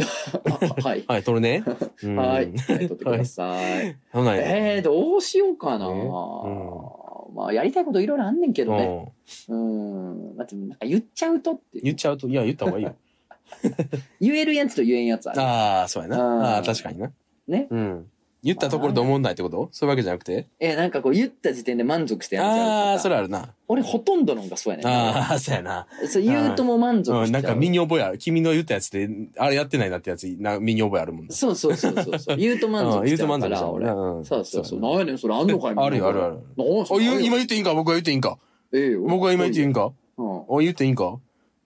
A: あはい。
B: はい、取る
A: [LAUGHS]
B: ね。うん
A: はい。はい。取ってください。
B: そうなんや
A: えー、どうしようかな。
B: ね
A: まあ、やりたいこといろいろあんねんけどね。
B: うん
A: うん。だって、なんか言っちゃうとってい
B: 言っ
A: う。
B: ちゃうと、いや、言った方がいいよ。
A: 言えるやつと言えん [LAUGHS] やつある。
B: ああ、そうやな。あ
A: う
B: あー、
A: ん
B: 確かにな。
A: ね
B: うん。言ったところで思んないってことそういうわけじゃなくて
A: えー、なんかこう、言った時点で満足してやめち
B: あ
A: ゃ
B: あ
A: う
B: ー、
A: と
B: そ
A: か。
B: れあるな。
A: 俺、ほとんどのがそうやねんな。
B: ああ、そうやな。
A: そう、言うとも満足
B: う
A: し
B: ん、
A: ちゃ
B: な
A: う。
B: んか身に覚えある。君の言ったやつで、あれやってないなってやつ、な身に覚えあるもんな。
A: そうそうそうそう
B: [LAUGHS]
A: そう。言うと満
B: うん
A: 足
B: 言
A: し
B: う
A: ちゃ
B: と
A: う
B: 満
A: か
B: 足しちゃ
A: ら、
B: う
A: 俺
B: な。。うん
A: そうそうそう。
B: や
A: 何やねん、それあんのかい
B: あるよ、あるよある。
A: る。
B: あ、言う今
A: 今、
B: 言っていいんか僕が言っていいんか
A: ええよ。
B: 僕が今言っていいんか
A: うん
B: あ、言っていいんか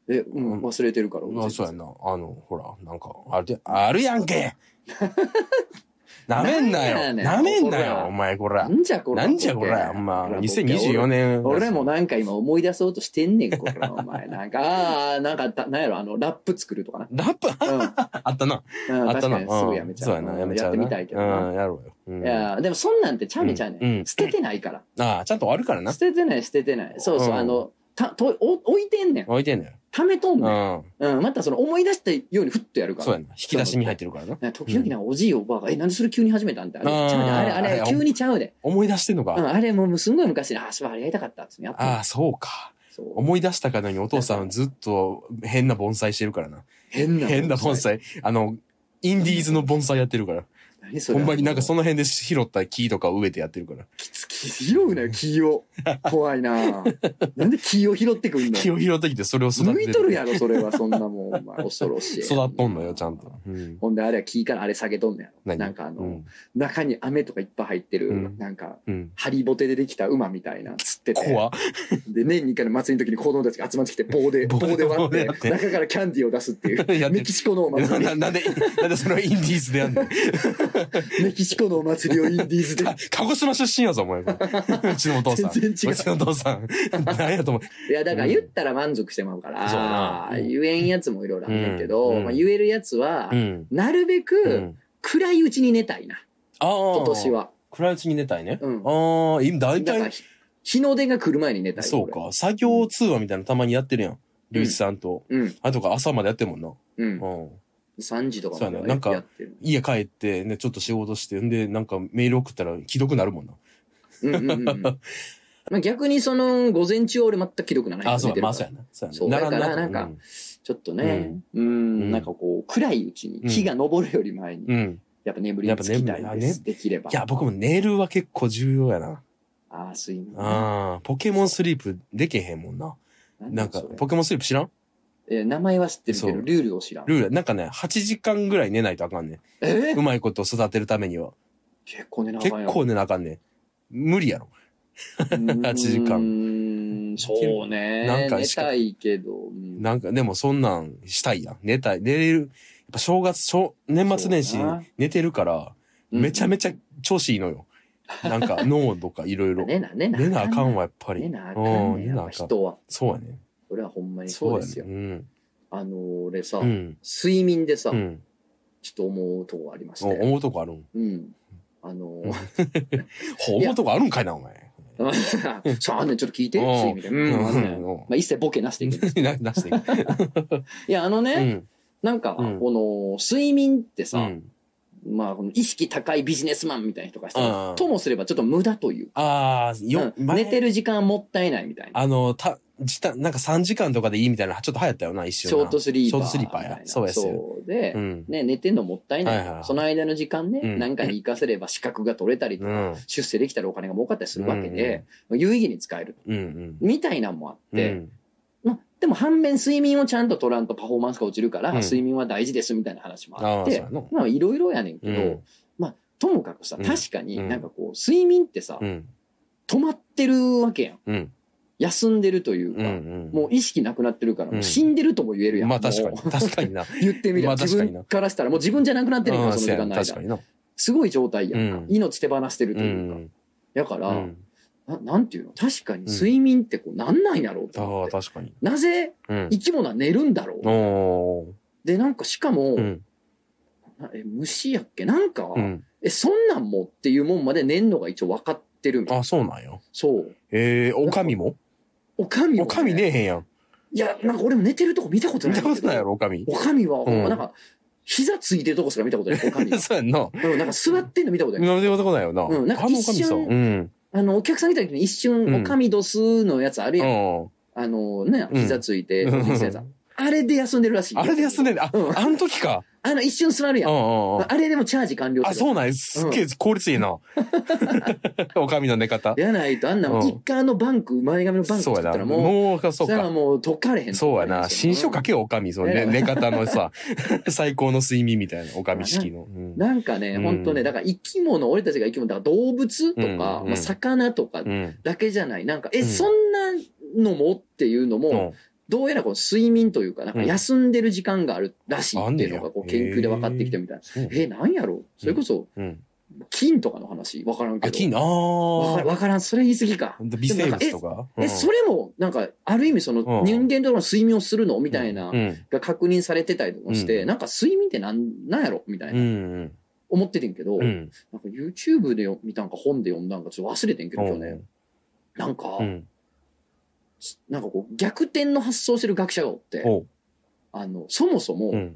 A: え、うん、忘れてるから。
B: あ、そうやんな。あの、ほら、なんか、あるで、あるや
A: [LAUGHS]
B: んけなめんなよ
A: なんやねん
B: なめん
A: こ
B: なよ
A: ら
B: お前こ
A: な
B: ら。
A: んじゃこら。
B: なんじゃこらほんま、2024年。
A: 俺もなんか今思い出そうとしてんねん、これ。お前、なんか、ああ、なんかた、なんやろ、あの、ラップ作るとか
B: [LAUGHS]
A: な。
B: ラッ
A: う
B: プ
A: ん。
B: あったな。
A: うん、
B: あっ
A: 確
B: たな。
A: かに、す
B: うん
A: ぐやめちゃう。
B: そうやな、やめちゃう
A: って
B: な。
A: みたいけどな。
B: うん、やろうようん。
A: いやーでもそんなんてちゃめちゃ
B: うんう
A: ね
B: ん、
A: 捨ててないから。
B: ああ、ちゃんとあるからな
A: 捨。ててない捨ててないそうそう、
B: うん
A: あのたとお置いてんねん。
B: 置いてんね
A: 溜めとん
B: ん。う
A: ねん。
B: ん。
A: うん、またその思い出したようにふっとやるから。
B: そうやな。引き出しに入ってるからな。
A: なんか時々なんかおじいおばあが、え、なんでそれ急に始めたんって。あれ、
B: あー
A: ちゃうねんあれ、あれ
B: あれ
A: 急にちゃうで。
B: [LAUGHS] 思い出してんの
A: うん、
B: か。
A: あれもうすんごい昔に、あ、そう、あれやりたかったっつってやったの
B: ああ、そうか。
A: そう。
B: 思い出したかのようにお父さんずっと変な盆栽してるからな。
A: 変な。
B: 変な盆。栽。あの、インディーズの盆栽やってるから。
A: 何そ
B: ほ
A: れ。
B: んまになんかその辺で拾った木とかを植えてやってるから。
A: きつき拾うなよ、木
B: [LAUGHS]
A: を。怖いななんで木を拾ってくんの
B: 木を拾ってきてそれを育て
A: 向
B: て。
A: いとるやろ、それは。そんなもん、お前、恐ろしい。
B: 育っとんのよ、ちゃんと。。うん。
A: ほんで、あれは木からあれ下げとんのやろ。
B: 何
A: なんかあの、
B: うん。
A: 中に飴とかいっぱい入ってる、
B: うん
A: なんか、
B: うん。
A: ハリボテでできた馬みたいな、釣ってて。
B: 怖っ
A: で、年に一回の祭りの時に子供たちが集まってきて、棒で、
B: 棒
A: 棒
B: で
A: で割っ
B: 棒で
A: て
B: やって、
A: 中からキャンディーを出すってい
B: [LAUGHS]
A: う、
B: やって
A: メキシコのお
B: な
A: 祭
B: [LAUGHS] ななんで、なんでそれをインディーズでや [LAUGHS] んの
A: り、メキシコのお祭りをインディーズで。
B: 鹿児島出身やぞ、お前。う [LAUGHS] ちのお父さん。
A: 全然違う
B: うちのお父さん。 [LAUGHS] 何やと思う。
A: いや、だから言ったら満足してまうか
B: そうやな
A: ら、
B: うん
A: 言えんやつもいろいろあんねんけど、
B: うん
A: まあ、言えるやつは、
B: ん。
A: なるべ
B: う
A: く
B: ん。
A: 暗いうちに寝たいな、
B: ああ。
A: 今年。は。
B: 暗いうちに寝たいね。
A: うん
B: ああ、今大
A: だから
B: 体、
A: ひ日の出が来る前に寝たい。
B: そうか。作業通話みたいなのたまにやってるやん。龍一さんと。
A: 俺。うん、
B: あとか朝までやってるもんな。
A: うん。
B: うん。
A: 3時とかまで
B: そうや
A: は
B: ななんか
A: やってる。
B: 家帰って、ね、ちょっと仕事して、んで、なんかメール送ったら既読なるもんな。
A: うんうんうんうん。まあ逆にその、午前中は俺全くひどくない。
B: ああ、そう
A: 寝て
B: や、
A: るから
B: まあそうやな。そ
A: そうう
B: や
A: だ
B: な。
A: から
B: な
A: なんん
B: か。
A: ちょっとね、うん、
B: うん
A: なんかこう、暗いうちに、日が昇るより前に、
B: うん。うん
A: やっぱ眠りにつきたい
B: やっぱ
A: で
B: 眠
A: す。できれば
B: い。や、僕も寝るは結構重要やな。
A: ああ、睡眠。
B: ああ、ポケモンスリープできへんもんな。なんか、
A: それ
B: ポケモンスリープ知らん
A: えー名前は知ってるけ
B: そ
A: ど、
B: う
A: ルールを知らん。
B: ルール、なんかね、8時間ぐらい寝ないとあかんね
A: え
B: ん。うまいこと育てるためには。
A: 結構ね、名
B: 結
A: 前
B: 構寝なあかんねん。無理やろ。
A: 8
B: 時間
A: 間。そうね。
B: なんか
A: 寝
B: しか
A: たいけど。うん
B: なんか、でもそんなんしたいやん。寝たい。寝れる。やっぱ正月、正年末年始
A: そうな
B: 寝てるから、めちゃめちゃ調子いいのよ。なんか、脳とかいろ
A: [LAUGHS]
B: いろ。
A: 寝な、寝な。
B: 寝なあかんわ、やっぱ
A: 寝
B: り。
A: なあかん
B: うん
A: ね
B: 寝
A: や
B: なあ
A: っ
B: かん
A: ぱ人は。
B: そうやね。
A: それはほんまに
B: そ
A: そうう
B: や
A: で
B: ね
A: す。よ
B: う。ん。
A: あのー、俺さ
B: う、ん。
A: 睡眠でさ
B: う、ん。
A: ちょっと思うとこありまし
B: お
A: て。
B: 思うとこあるん。
A: うん。あのー、
B: ほ
A: いや
B: 思うとこあるんかいな、お前。
A: [LAUGHS] そう、あんねんちょっと聞いて、
B: うん
A: 睡眠で。うん。あんねん
B: うん
A: まあ、一切ボケなしでいく。
B: な出して
A: [LAUGHS]
B: いく。
A: いや、あの
B: う
A: ね、
B: ん。
A: なんか、
B: うん
A: この、睡眠って
B: う
A: さ、
B: ん。
A: まあ、この意識高いビジネスマンみたいな人がし
B: うん
A: たともすればちょっと無駄という。
B: ああ、よ、
A: うん
B: 前
A: 寝てる時間はもったいないみたいな。
B: あの、た、時短、なんか3時間とかでいいみたいな、ちょっと流行ったよな、一瞬
A: ショートスリーパー。
B: ショートスリーパーや
A: みたいな
B: そうですよ
A: そうで、
B: うん。
A: ね、寝てんのもったいない。
B: はいはいはい
A: その間の時間ね、
B: うん
A: 何かに活かせれば資格が取れたりと
B: う
A: か、
B: ん。
A: 出世できたらお金が儲かったりするわけで、有意義に使える。
B: うんうん。
A: みたいなんもあっ
B: うん
A: て、まあ、でも反面睡眠をちゃんと取らんとパフォーマンスが落ちるから、
B: うん
A: 睡眠は大事ですみたいな話も
B: あ
A: あ
B: あ、
A: っ
B: そう
A: て
B: や、な。
A: まあいろいろやねんけど、
B: うん
A: ともかくさ、
B: うん
A: 確かに
B: うん
A: なんかこう、睡眠ってさ、
B: うん。
A: 止まってるわけやん。
B: うん。
A: 休んでるという
B: う
A: か、
B: んうん。
A: もう意識なくなってるから、
B: うん
A: もう死んでるとも言えるやん。
B: まあ確かに、
A: もう
B: 確
A: [LAUGHS]
B: かにな。
A: 言ってみれば、
B: まあ確
A: 自
B: かにな
A: 分からしたらもう自分じゃなくなってるから、
B: うん
A: その時間
B: そうやな
A: の
B: 確か
A: 間。
B: にな。
A: すごい状態やんか、
B: うん
A: 命手放してると
B: う
A: いうか。
B: ん。
A: だから、
B: うん
A: な、なんていうの確かに睡眠ってこう、なんなんやろうと
B: あ
A: 思っ
B: あ、
A: て。
B: 確かに。
A: なぜ
B: うん。
A: 生き物は寝るんだろう、
B: おー
A: で、なんかしかも、
B: うん。
A: なえ虫やっけなんか、
B: うん。
A: え、そんなんもっていうもんまで寝んのが一応分かってるみたい
B: あ、そうなんよ。
A: そう。
B: ええ、おかみも
A: おかみ、
B: おかみ。ねえへんやん。
A: いや、なんか俺も寝てるとこ見たこと
B: 見
A: ない
B: た
A: んだ
B: こ
A: け
B: と
A: ど。
B: ないやろ、おかみ。
A: おかみは、ほん
B: うん
A: まなんか、膝ついてるとこしか見たことない、おかみは。
B: そうやんな。
A: うん、なんか座ってんの見たことない。
B: なんで見たことないよな。
A: うんなんか
B: あのおかみさん。
A: 一瞬
B: うん。
A: あの、お客さん来た時に一
B: うん
A: 瞬、おかみどすのやつある
B: う
A: やん。
B: ん。
A: あのね、
B: うん
A: 膝ついて、
B: うん
A: 人生さあれで休んでるらしい。
B: あれで休ん
A: ん
B: でんねんあ、
A: うん
B: あの時か。
A: あの、一瞬座る
B: うん
A: や。
B: うんんうん。
A: あれでもチャージ完了
B: あ、
A: う
B: そうなんやすっげえ効率いいな。 [LAUGHS] おかみの寝方。
A: やないと、あんなも
B: うん
A: ん、一回あのバンク、前髪のバンク
B: そう
A: 作っ
B: や
A: た
B: な。
A: らもう、
B: もう、そう
A: それは
B: か。
A: もう解かれへん。
B: そうやな。新書書けよ、おかみ。そのね
A: うん
B: 寝方のさ、 [LAUGHS] 最高の睡眠みたいな、おかみ式の。うん
A: なんかね、
B: うん
A: 本当ね、だから生き物、俺たちが生き物、だから動物とか、
B: うん
A: ま
B: うん
A: あ、魚とか
B: うん。
A: だけじゃない、なんか、
B: う
A: え、
B: ん
A: そんなのもっていうのも、
B: うん
A: どうやらこの睡眠というか、なんか
B: うん
A: 休んでる時間があるらしいっていうの
B: あんねや
A: が、こう研究で分かってきてみたいな。え、なんやろうそれこそ、
B: うん。
A: 金とかの話、分からんけ
B: あ、
A: ど。
B: 金、あ
A: わか
B: ー
A: 分からん、それ言い過ぎか。
B: 微生物とか。
A: え、それも、なんか、ある意味、その、
B: うん
A: 人間との睡眠をするのみ
B: み
A: たいな
B: う、ん。
A: が確認されてたりとかし
B: う
A: て、
B: ん
A: なんか睡眠ってなん、なんやろみたい
B: うんう
A: な、
B: ん。
A: 思っててんけど、
B: う
A: なんか
B: ん。
A: YouTube でよ見たんか本で読んだんかちょっと忘れてんけど、去年。なんか
B: う、ん。
A: なんかこう、逆転の発想してる学者がおって、
B: おう
A: あの、そもそも、
B: うん。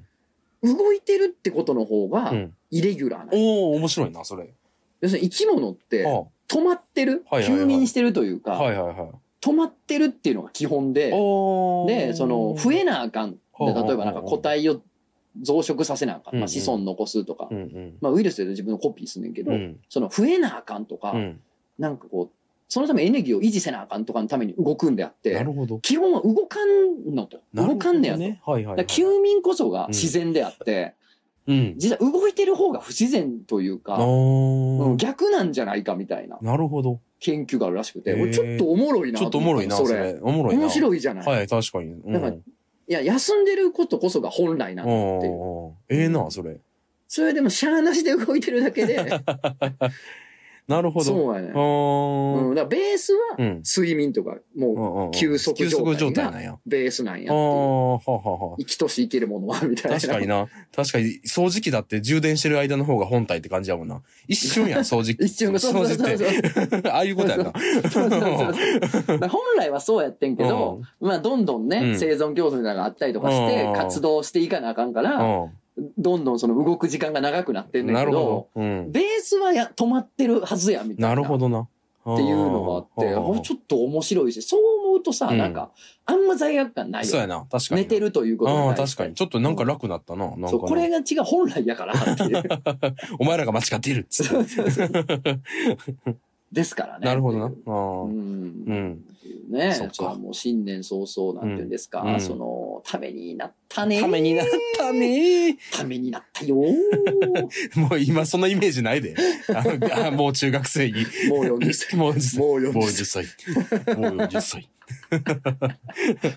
A: 動いてるってことの方が
B: うん、
A: イレギュラーなの、
B: おお面白いな、それ。
A: 要するに生き物って
B: あは
A: 止まってる、
B: はいはいはい
A: 休眠してるというか、
B: いはいはい。
A: 止まってるっていうのが基本で、
B: おー
A: で、その、増えなあかん。で
B: ほうほうほう
A: 例えばなんか個体を増殖させなあかん。まあ、
B: うんうん
A: 子孫残すとか、
B: うんうん。
A: まあ、ウイルスで自分のコピーすんねんけど、
B: うん。
A: その増えなあかんとか、
B: うん。
A: なんかこう、そのためエネルギーを維持せなあかんとかのために動くんであっ
B: な
A: て、
B: るほど。
A: 基本は動かんのと。
B: なるほど
A: 動かんねやと。
B: ね。はいはい、
A: だから
B: はい。
A: 休眠こそが自然であって、
B: うん。
A: 実は動いてる方が不自然という
B: あ
A: か、う
B: ー
A: ん、逆なんじゃないかみたいな
B: なるほど。
A: 研究があるらしくて、
B: へー
A: 俺ちょっとおもろいな
B: ちょっとおもろいな、
A: 思
B: そ
A: ったの
B: れ。おもろいな。
A: 面白いじゃない、い、
B: はい、確かに。うん。
A: なんかや、休んでることこそが本来なんだっていう。
B: おーええな、それ。
A: それでもしゃーなしで動いてるだけ
B: [LAUGHS]
A: で、
B: なるほど。
A: そうやね。うん、
B: あ
A: だからベースは
B: ーうん。
A: 睡眠とか、もう
B: うん。
A: 休息
B: 休
A: 状態が
B: 息状態なんや。
A: ベースなんや
B: あ
A: っていう。
B: あ、はあはあはあ
A: 生きとし生けるものは、みたいな。
B: 確かにな。確かに、掃除機だって充電してる間の方が本体って感じやもんな。一
A: [LAUGHS]
B: 瞬やん、掃除機。
A: 一瞬
B: 掃
A: そうそう
B: 除
A: [LAUGHS] そうそう
B: って。 [LAUGHS] ああいうことやんな。
A: そうそうそうだから本来はそうやってんけど、まあ、どんどんね、
B: うん
A: 生存競争みたいなのがあったりとかして、
B: うん
A: 活動していかなあかんから、どんどんその動く時間が長くなって
B: うんん。
A: ねん
B: な
A: け
B: る
A: ど、
B: ほど。うん。
A: ベースはや止まってるはずや、みたいな。
B: なるほどな。
A: っていうのがあって、
B: うん
A: これちょっと面白いし、そう思うとさ、
B: うん
A: なんか、あんま罪悪感ない
B: そ
A: よ。
B: うやな。確かに。
A: 寝て
B: る
A: るということ
B: ああ、
A: に対し
B: 確
A: て
B: かに。。ちょっとなんか楽になったな。なんかな
A: そう、これが違う、本来やからっていう。
B: [LAUGHS]
A: [LAUGHS]
B: お前らが間違っているっつって
A: そうそうそうですからね。
B: なるほどな。あ
A: う
B: ー
A: ん
B: うん。
A: ね
B: そうか
A: じゃあもう新年早々なんていうんですか、
B: うんうん
A: そのためになったね
B: ためになったね
A: ためになったよ
B: [LAUGHS] もう今そのイメージないで。あのあもう中学生に。
A: もう40歳
B: もう実
A: もう40
B: もう
A: 歳
B: 10歳。もう10歳。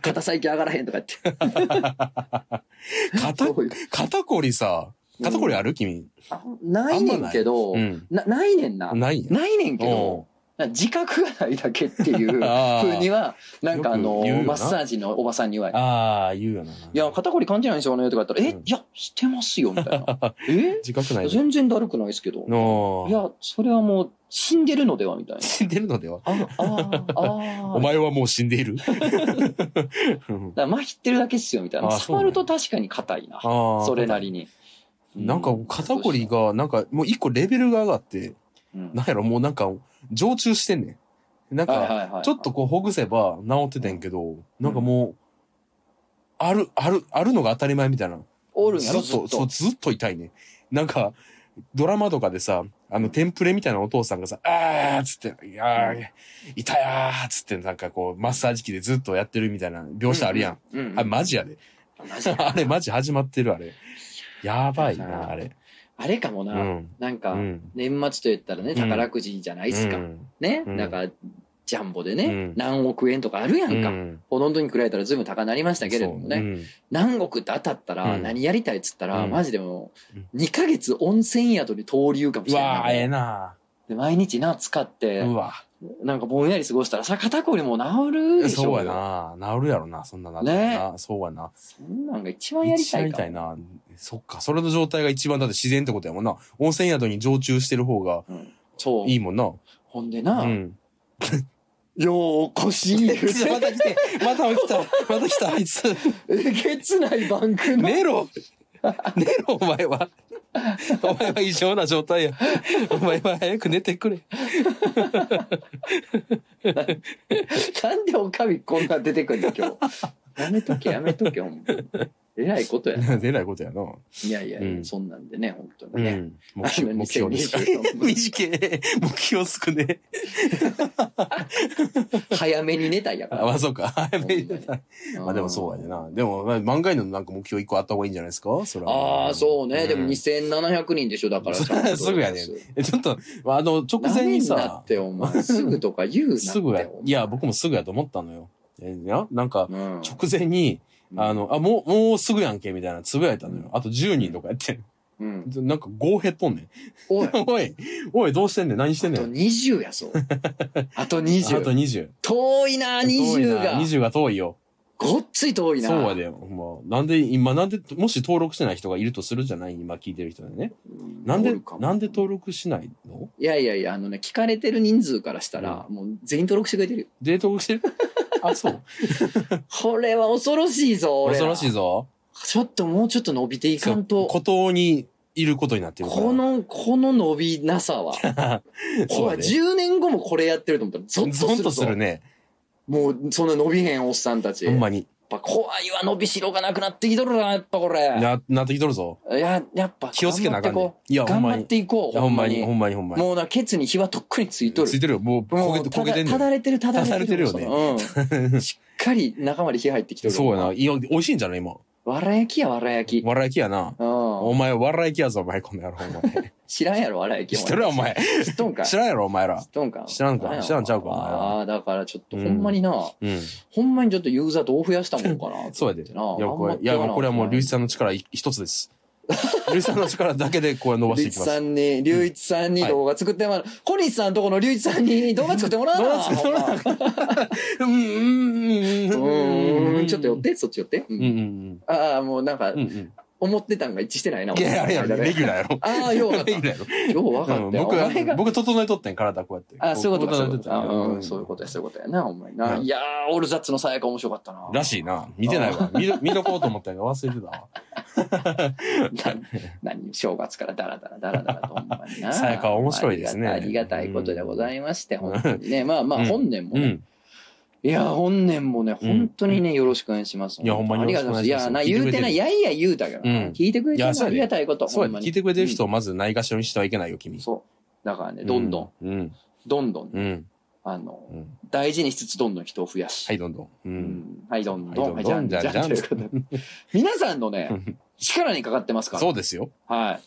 A: 肩最近上がらへんとか言って
B: 肩、
A: そういう
B: 肩こりさ、肩こりある君。
A: あないねんけど
B: うん。
A: なないねんなな
B: ないんや
A: いねんけどなんか自覚がないだけっていう
B: あ
A: ふうに
B: ー
A: はなんかあ
B: よく
A: の
B: 言うよな
A: マッサージのおばさんに言われて
B: あー、言うよな。
A: 「いや肩こり感じないんですよね」とか言ったら「え
B: うん
A: いやしてますよ」みたい
B: [LAUGHS]
A: な「え
B: 自覚ないで。
A: 全然だるくないですけど」
B: の
A: いやそれはもう死んでるのでは」みたいな。
B: 死んでるのでは
A: あああ
B: [LAUGHS] お前はもう死んでいる。うん
A: だから麻痺ってるだけっすよみたいな。
B: あ
A: 触ると確かに硬いな。
B: あー
A: それなりに。
B: なんか肩こりが、なんかもう一個レベルが上がって、
A: うん、
B: なんやろ、もうなんか、常駐してんねん。なん
A: はい
B: か、
A: はいはい
B: ちょっとこうほぐせば治っててんけど、なんかもう、ある、ある、あるのが当たり前みたいな。
A: おるんや
B: ず
A: ろ
B: っ
A: ずっ
B: と、
A: と。
B: そう、ずっと痛いね。なんか、ドラマとかでさ、あの、テンプレみたいなお父さんがさ、あーっつって、いやー、痛いやーっつって、なんかこう、マッサージ機でずっとやってるみたいな描写あるやん。
A: うん。うん
B: あれ、マジやで。 [LAUGHS]
A: マジ
B: あれ、マジ始まってる、あれ。やばいな、あれ。
A: あれかも
B: う
A: な。
B: ん。
A: なん
B: う
A: か、
B: ん。
A: 年末と言ったらね、宝くじじゃないっすか。
B: うん
A: ね、
B: うん
A: なんか、ジャンボでね、
B: うん
A: 何億円とかあるやんか。ほとんどに比べたらずいぶん高なりましたけれどもね、
B: そううん
A: 何億って当たったら
B: うん
A: 何やりたいっつったら、
B: うん
A: マジでも
B: うん
A: う2ヶ月温泉宿に登竜かもし
B: う
A: れない
B: わー、ええな
A: で毎日な使って
B: うわ。
A: なんかぼんやり過ごしたらさ肩こりも治るでしょ
B: そうやな。治るやろな、そんななったらな。そうやな。
A: そんなんが一番やりたい
B: み
A: か
B: たい
A: ら。
B: な。そっか、それの状態が一番だって自然ってことやもんな。温泉宿に常駐してる方が
A: そう。
B: いいもんな。
A: ほんでな、
B: うん。
A: ようこしい
B: また来て、また来た、また来た、あいつ。
A: [LAUGHS] えげつない番組の、
B: 寝ろ寝ろ、お前は。お前は異常な状態や。お前は早く寝て
A: [LAUGHS]
B: くれ。
A: なんでおかみこんなん出てくんの今日。やめとけやめとけ、ほんまえらいことやな。
B: 出ないことやな。
A: いやいや、
B: うん
A: そんなんでね、本当
B: う
A: にね。
B: ん。目標、
A: あの
B: 目標です。
A: 2024
B: 短 [LAUGHS] い。目標少ねえ。
A: 早めに寝たいやか
B: あ、 [LAUGHS] ま
A: ら。
B: あ、そ
A: [LAUGHS]
B: うか。早めに出たいまあでもそうやでな。でも、まあ漫画へのなんか目標一個あった方がいいんじゃないですかそれは。
A: ああ、そうね。でも
B: ん
A: 2700人でしょ、
B: [LAUGHS]
A: だからさ。
B: すぐやねんえちょっと、まああの、直
A: 直前
B: 前
A: に
B: に
A: さ。ダメにな
B: さ
A: っ、て、お前。すぐとか言うなって。
B: すぐや、いや、僕もすぐやと思ったのよ。えいや、なんか
A: お、前、うん
B: 直前に、あ、の、あ、もう、もうすぐやんけ、みたいな、つぶやいたのよ。あと10人とかやって。 [LAUGHS]
A: うん。
B: なんか5減っとんねん。 [LAUGHS]
A: おい、あ
B: おい、おい、どうしてんねん、何して
A: と
B: んねん。あ
A: 20やそう。あと
B: と
A: 20。
B: 20。
A: 遠いな、
B: 遠い
A: 20
B: な
A: が。
B: 20が遠いよ。
A: ごっつい遠いな。
B: そうやで、ほんま。なんで、今、なんで、もし登録してない人がいるとするじゃない今聞いてる人でね。
A: うん
B: なん
A: お
B: で
A: るか、も
B: なんで登録しないの
A: いやいやいや、あのね、聞かれてる人数からしたら、もう全員登録してくれてるよ。 [LAUGHS]
B: で、登録してるあ、そう。
A: これは恐ろしいぞ、俺ら
B: 恐ろしいぞ。
A: ちょっともうちょっと伸びていかんと。
B: 孤島にいることになってるから。
A: この、この伸びなさ
B: [LAUGHS]
A: は。ほ
B: そう
A: ら、
B: やで、
A: 10年後もこれやってると思ったら、ゾッとす
B: ゾ
A: る
B: ンとする
A: ね。
B: ね。
A: もう、そんな伸びへんおっさんたち。
B: ほん
A: やっ
B: まに。
A: ぱ怖いわ、伸びしろがなくなってきとるな、やっぱこれ。
B: な、なってきとるぞ。
A: いや、やっぱ。
B: 気をつけなあかんね
A: 頑張ってこ。
B: いや、
A: う
B: ほん
A: 頑
B: ま
A: 張っ
B: に。
A: ていこ、
B: いうや
A: ほ
B: ほ
A: ん
B: ん
A: ま
B: まに、
A: に
B: ほ。んまに、ほんまに。
A: もうな、ケツに火はとっくについとる
B: つい。てるよ。もう、
A: もう
B: 焦げて、焦げてんね
A: ただ
B: ん。
A: ただれてる、ただれてる。
B: ただれてる
A: うん。しっかり中まで火入ってきてる。
B: そうやな。。いや、美味しいんじゃない今。
A: わら焼きや、わら焼き。
B: わら焼きやな。
A: う
B: お
A: ん。
B: 前、わら焼きやぞ、お前、この野郎、お
A: [LAUGHS]
B: 前。 [LAUGHS]
A: 知らんやろ、わら焼き。
B: 知ってるお前。
A: [LAUGHS] 知っとんかい。
B: 知らんやろ、お前ら
A: 知。っとんか。
B: 知らんか
A: や
B: 知らんちゃうかお前は
A: ああ、だからちょっと、ほんまにな、
B: うん。
A: ほんまにちょっとユーザーどう増やしたもんかな。
B: そうやで。いや、
A: なあ
B: こ
A: 頑張
B: れ
A: っ、
B: い
A: てよ
B: や
A: な
B: これはもう、隆一さんの力一一
A: [LAUGHS]
B: つです。隆一さんの力だけで、こう伸ばし
A: 龍
B: ていき
A: 一
B: ま
A: さ
B: す。
A: んに、龍一さんに動画作ってもらう。小西さんとこの龍一さんに動画作ってもらうな。
B: 動画作ってもらわな
A: ほんま
B: うん、うん、
A: うーん、ちょっと寄っ。て、そっち寄って。う
B: うんん、うん、
A: ああ、もうなんか
B: うん。う、ん、
A: 思ってたんが一致してないな。
B: うん。いや、あれやろ、レギュラーやろ。
A: ああ、よう分
B: レギ
A: か
B: ュ
A: っ
B: ラー
A: た。よう分
B: やろ。
A: かっ
B: うん
A: たよ。お前
B: 僕、
A: が
B: 僕、整えとってん、体こうやって。
A: あそういうことか、そういう
B: 整え
A: こととか。うんうん
B: って
A: そういうことや、そういうことやな、お前な。
B: うん
A: いやー、オールザッツのさやか面白かったな。
B: らしいな。見てないわ。見る見とこうと思ったけど、忘れてたわ。
A: な [LAUGHS] 何正月からダラダラダラダラとほんまにな。
B: さやかは面白いですね
A: ありがたありがたいことでございまして、
B: うん
A: 本当にね。まあま
B: う
A: あ、
B: ん
A: 本年も
B: う
A: ね。
B: ん。
A: いや、本年もね、
B: うん
A: 本当にね、よろしくお願いします。
B: いやほんまに
A: ありがとうございます。い
B: よろし
A: や、
B: くお願
A: ない
B: します
A: 言うてない、いやいや言うたけどな、
B: うん
A: 聞いてくれて
B: い
A: る
B: や
A: の
B: そう
A: はあ
B: やで
A: りがたいこと、
B: そ
A: ほ
B: うんや
A: ま
B: で
A: に。
B: 聞いてくれてる人をまずないがしろにしてはいけないよ、君。
A: そう。だからね、どんどん、
B: うん。うん。
A: どんどん、
B: うん。
A: あの、
B: うん
A: 大事にしつつ、どんどん人を増やし。
B: はい、どんどん。う。
A: うんんはい、どんどん。
B: は
A: はいい、
B: ど
A: じ
B: ん
A: ゃ
B: どん
A: んじゃんじゃん
B: じゃんじゃん
A: ということで
B: [LAUGHS]
A: 皆さんの
B: う
A: ね、
B: ん
A: 力にかかってますから。
B: そうですよ。
A: は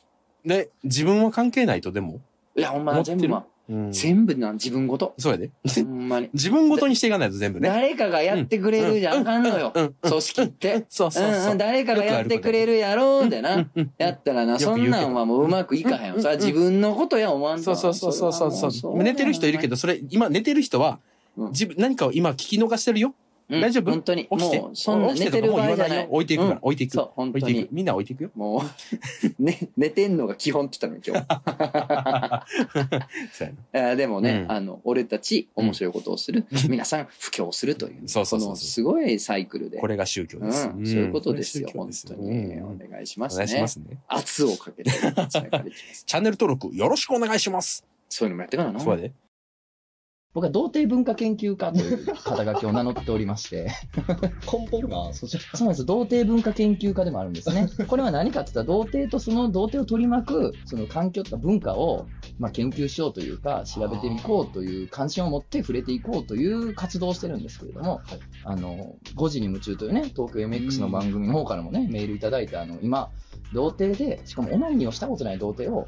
B: で、自分は関係ないと、でも。
A: い。いや、ほんま
B: 持
A: な、
B: って
A: 全部
B: る
A: ま、
B: うんそ
A: 全部な、自分ご
B: [LAUGHS]
A: と。
B: うやで。
A: ほんまに。
B: 自分ごとにしていかないと全部ね。
A: 誰かがやってくれるじゃんあかんのよ
B: う。ん。
A: 組織って。
B: そうそううそ
A: んう、。
B: うん
A: 誰かがやってくれるやろうでな。
B: うん
A: やったらな、
B: く言
A: そ
B: うけど
A: んなんはもううまくいかへん
B: うん
A: よ。それは自分のことや思わんと
B: そうそうそうそうそうそう寝てる人いるけ
A: ど。
B: ど、それ、今寝てる人は、
A: うん
B: 自分、何かを今聞き逃してるよ。
A: うん
B: 大丈夫
A: 本当に。
B: 起きて。
A: もう、そんな
B: 起き
A: 寝
B: て
A: て
B: と
A: る
B: か
A: 場合
B: もう言
A: じ
B: わ
A: ゃな
B: な
A: い
B: よ
A: い。。
B: 置いていくから、置いてい
A: うん
B: く。
A: そう、本
B: 置
A: 当
B: いてい
A: に
B: く。。みんな置いていくよ。
A: もう、 [LAUGHS] ね、寝てんのが基本って言ったの、
B: [LAUGHS]
A: 今日。
B: そうやな
A: えーでもね、
B: うん
A: あの、俺たち、面白いことをする。皆さん、布教するという。
B: そうそうそうそう
A: このすごいサイクルで。
B: これが宗教
A: う
B: で
A: ん、
B: す。
A: そういうことですよ、
B: こ
A: 本
B: れが宗
A: 当
B: 教
A: に、
B: ですようん
A: お願いしま
B: お
A: す
B: 願いし
A: ね
B: ますね。
A: 圧をかけて
B: [LAUGHS] チャンネル登録よろしくお願いします。
A: そういうのもやってからな
B: そうやで。
A: 僕は童貞文化研究家という肩書きを名乗っておりまして
C: 根本がそちら。
A: そうなんです童貞文化研究家でもあるんですねこれは何かって言ったら童貞とその童貞を取り巻くその環境とか文化を、まあ、研究しようというか調べていこうという関心を持って触れていこうという活動をしてるんですけれども、あの5時に夢中というね東京 MX の番組の方からもねメールいただいてあの今童貞でしかもオナニーをしたことない童貞を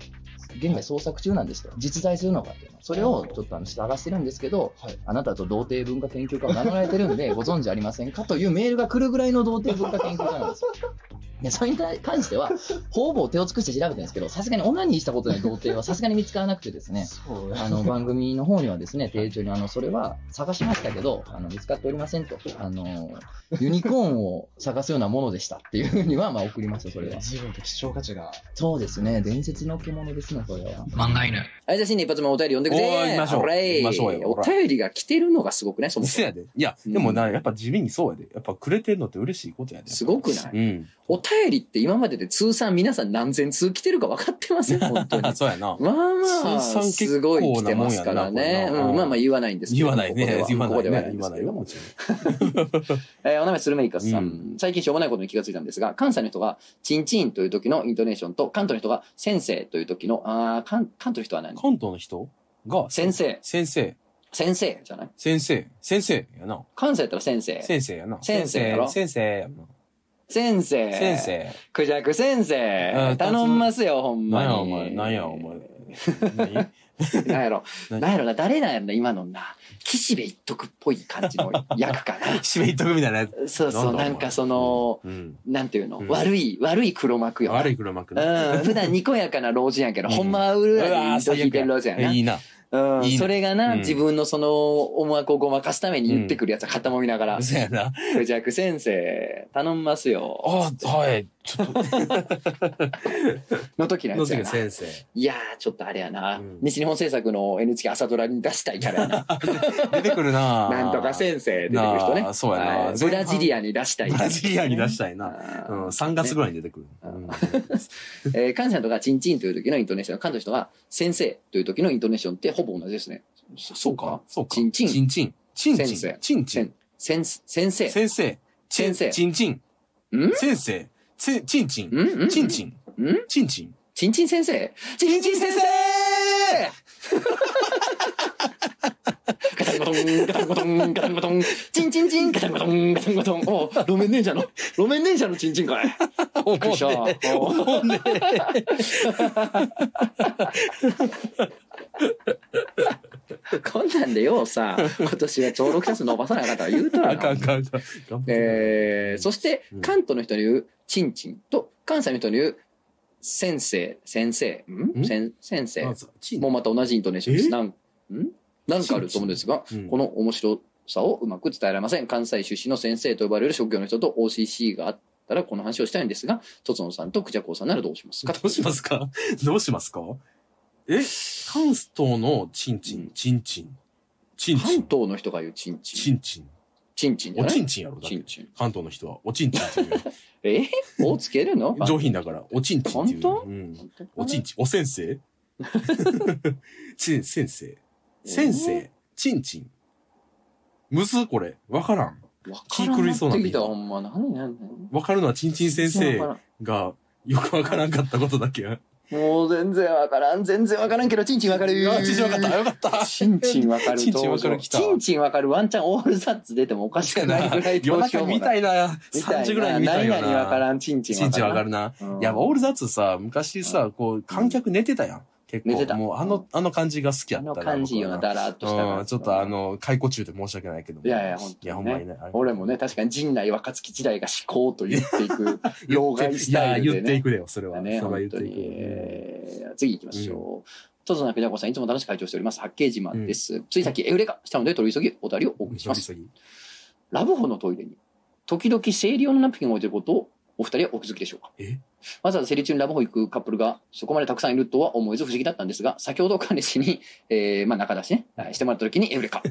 A: 現在捜索中なんですと実在するのかっていうのそれをちょっとあの探してるんですけど、
C: はい
A: あなたと童貞文化研究家を名乗られてるんでご存知ありませんかというメールが来るぐらいの童貞文化研究家なんですよ。でそれに関しては方々手を尽くして調べてるんですけどさすがにオナニーしたことない童貞はさすがに見つからなくてですね
C: そう
A: あの番組の方にはですね、丁重にあのそれは探しましたけど、あの見つかっておりませんと、あのユニコーンを探すようなものでしたっていうふうにはまあ送りました、それは。
C: 自分と希少価値が。
A: そうですね、伝説の獣ですね、それは。漫画犬。はい、じゃあ、新年一発目お便り読んでく
B: お
A: れ。
B: ー行きましょう
A: ほらい
B: 行きましょうよほ
A: お
B: ら
A: 便りが来てるのがすごくね、そ
B: [LAUGHS]
A: もそ
B: せ
A: も。
B: やで。いや、でもな、やっぱ地味にそうやで。やっぱくれてんのって嬉しいことやで。
A: すごくな
B: う
A: い
B: ん。
A: お便りって今までで通算皆さん何千通来てるか分かってますよ、本
B: [LAUGHS]
A: 当に。
B: そうやな。
A: まあまあ、
B: 通算結
A: すご
B: 構ないもんやな
A: 来てますからね。
B: これな
A: うんまあまあ言わないんですけど
B: 言わないね
A: ここでは。
B: 言わ
A: こ
B: な
A: こ
B: い
A: では
B: ね。
A: 言
B: 言
A: わ
B: わ
A: な
B: ないい
A: ですけど
B: よ。
A: も
B: もちろん
A: えー、お名前スルメイカスさん,、
B: うん
A: 最近しょうもないことに気がついたんですが、関西の人がチンチンという時のイントネーションと、関東の人が先生という時の、あー関関東の人は何
B: 関東の人が、
A: 先生。
B: 先生、
A: 先生じゃない
B: 先生、先生やな。
A: 関西やったら先生。
B: 先生やな。
A: 先生やろ
B: 先生やな。
A: 先生。
B: 先。生。
A: クジャク先
B: あ
A: 生
B: ー。
A: 頼んますよ、ほん
B: な
A: ま
B: ん
A: に。
B: やお前、なんやお前。何
A: なん
B: [LAUGHS]
A: やろ。
B: 何
A: なんやろな、誰なんやろな、今のな。岸辺一徳っぽい感じの役か
B: [LAUGHS] 締めいっとくみたいなやつ。
A: な。そうそう、
B: だお前
A: なんかその、
B: うん。
A: なんていうの、
B: うん
A: 悪い、悪い黒幕よな。
B: 悪い黒幕
A: う
B: な。
A: ん、普段にこやかな老人やけど、
B: [LAUGHS] うん
A: ほんまはうる
B: うわ
A: ら
B: ー
A: りと引
B: 最
A: い
B: 悪
A: てる老人や
B: や。
A: な。
B: いいな。
A: うん
B: いいね
A: それがな、
B: うん
A: 自分のその思惑をごまかすために言ってくるやつは肩もみながら、
B: そうやな。
A: クジャク先生、頼みますよ。
B: あはい。ちょっと、
A: の時のや
B: 野
A: つや
B: 崎
A: な。
B: 先生。
A: いやー、ちょっとあれやな。
B: うん
A: 西日本制作の NHK 朝ドラに出したいキャラや
B: [LAUGHS]
A: な。
B: 出てくるな
A: なんとか
B: 生。
A: 先生出てくる人ね
B: な。あそうやな
A: はいブラジリアに出したい
B: ブラジリアに出したいな。
A: あ
B: う
A: ー
B: ん、3月ぐらいに出てくる。
A: う
B: うんん
A: えー、関西の人がチンチンという時のイントネーション、関東の人が先生という時のイントネーションってほぼ同じですね。そ
B: そうか。そうか。
A: チンチン
B: チンチン。チンチン。
A: 先生
B: チンチ
A: 先
B: ン。
A: 先先生。
B: 先生。チン
A: 先生
B: チンチン。
A: ん
B: 先生。せチンチン。
A: んん
B: チンチン。
A: ん
B: チンチン。
A: チンチン先生チンチン先生ガタンゴトン、ガタンゴトン、ガタンゴトン、チンチンチン、ガタンゴトン、ガタンゴトン。おう路面電車の、路面電車のチンチンかい。
B: お
A: くりしたおう
B: もんね。
A: こんなんでよう
B: [LAUGHS]
A: さ、今年は超6冊伸ばさなかったら言うと
B: あ
A: ら
B: かんあ
A: な。
B: かんあかん。頑張って
A: えー、そして
B: うん、
A: 関東の人に言う、チンチンと、関西の人に言う、先生、先生、ん
B: ん
A: 先先生
B: ま。ずチン
A: もうまた同じイントネーションです。
B: え
A: なん、んなんかあると思うんですが、
B: うん
A: この面白さをうまく伝えられません。関西出身の先生と呼ばれる職業の人と OCC があったらこの話をしたいんですが、とつのさんとくじゃこうさんならどうしますか
B: どうしますかどうしますかえ関東のチンチン、チンチン。チンチ
A: 関
B: ン。
A: 東の人が言うチンチ
B: チ
A: ン。
B: ンチン。
A: チンチンじゃ
B: お
A: な
B: ち
A: い
B: んちんやろ、だっ
A: チン
B: て。
A: チン。
B: 関東の人は、おちんちんって [LAUGHS] いう。
A: えーをつけるの
B: 上品だから、おちんちんっていう。
A: 本当
B: うん
A: 本当かな
B: おちんちん、お先 [LAUGHS] 生ちん、先生。
A: えー
B: 先生、ちんちん。むずこれ。わからん。
A: わから
B: 気
A: ん
B: 狂
A: ない
B: そう
A: っ
B: な
A: て
B: んだ
A: き
B: けど
A: た、ほんま。何何何
B: わかるのはちんちん先
A: 全然
B: 生
A: わか
B: がよくわからんかったことだけ。あ、
A: らんもう全然わからん。全然わからんけど、チンチンわかる。
B: ちんちんわかった。よかった。
A: チンチンわかる
B: チンチンわかる来た
A: チンチンわかるワンチャンオールサッツ出てもおかしくないぐら
B: [LAUGHS]
A: い
B: 夜
A: どうし
B: 中
A: ようも
B: み
A: な
B: た
A: い
B: いな。3時ぐらいに見たい
A: 何
B: よな。
A: 々わからん、チンチン
B: ちんちんわか
A: る。
B: るな。
A: うん
B: いや、オールザッツさ、昔さ、こう、観客寝てたやん。結構。
A: 寝てた
B: もう、あの、あの感じが好きや
A: あ
B: った
A: の
B: な
A: 感じいいよな、
B: 僕は
A: だらっとした
B: な
A: 感じ。
B: うん、ちょっとあの、解雇中で申し訳ないけども。
A: いやいや本当にね
B: いや、ほんまにね。あれ
A: 俺もね、確かに陣内若槻時代が至高と言っていく、老害スタイ
B: いや
A: ルで
B: 言ってい
A: ね。
B: くれよ、それは。
A: ね、
B: それは言
A: 本
B: って
A: 当
B: いく
A: に。えー次行きましょう。とぞなくじゃこさん、いつも楽しく会長しております。八景島です。ついさっきエウレカしたので取り急ぎお便りをお送りします。ラブホのトイレに、時々生理用のナプキンを置いてることをお二人はお気づきでしょうか
B: え
A: わざわざ生理中にラブホ行くカップルがそこまでたくさんいるとは思えず不思議だったんですが、先ほど彼氏に、 [LAUGHS] えー、まあ仲出しね、はいしてもらった時にエウ
B: [LAUGHS]
A: レカ。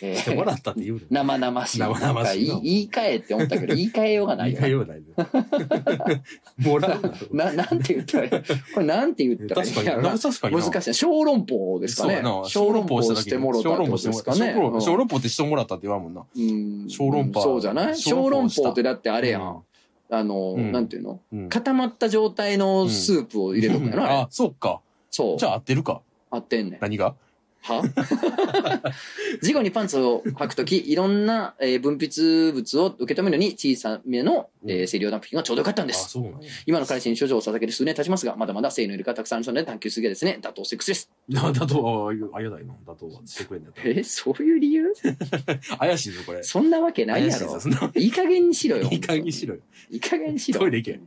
A: えー
B: してもらったって
A: [LAUGHS]
B: 言うの。
A: 生々しい。
B: 生々しい
A: なんか言い言い換えって思ったけど、言い換えようがない
B: 言い
A: よ
B: 換えようない
A: [LAUGHS]
B: で。 [LAUGHS] もらうな
A: な。な、なんて言ったらいいこれなんて言ったらいい
B: 確か
A: ん
B: に
A: やろ
B: な。
A: な
B: 確かにな。
A: 難しい。小籠包ですか
B: そう
A: ね
B: やな。。
A: 小籠包
B: 小
A: してもろた
B: 小
A: って
B: 籠
A: こ
B: 包し
A: とで
B: ても
A: す
B: ら
A: か
B: った。
A: ね。う
B: 小籠包
A: ん
B: 小籠包ってしてもらったって言わんもんな。
A: うん
B: 小籠包
A: そうじゃない小
B: 小
A: 籠
B: 籠包した
A: 包ってだってあれやん。あの、
B: うん
A: なんていうの
B: うん。
A: 固まった状態のスープを入れとくんやな。あれ
B: あ、そっか。
A: そう
B: じ。ゃあ合ってるか。
A: 合ってんねん。
B: 何が
A: は [LAUGHS] 事後にパンツを履くとき、いろんな、えー分泌物を受け止めるのに小さめの、えー、生理用ナプキンがちょうどよかったん
B: あ、
A: です。
B: そうなんや。
A: 今の彼氏に処女を捧げる数年経ちますが、まだまだ生理の入れ方たくさんありそうなので探求すげえですね。妥当セックスです。
B: な、だと、あ、あやだいな。だと、してくれんだった
A: えーそういう理由
B: ら。怪しいぞ、これ。
A: そんなわけないや
B: 怪しい
A: ろ
B: ぞそんな。
A: いい加減にしろよ。
B: [LAUGHS] いい加減にしろよ。
A: いい加減にしろ。
B: トイレ行け。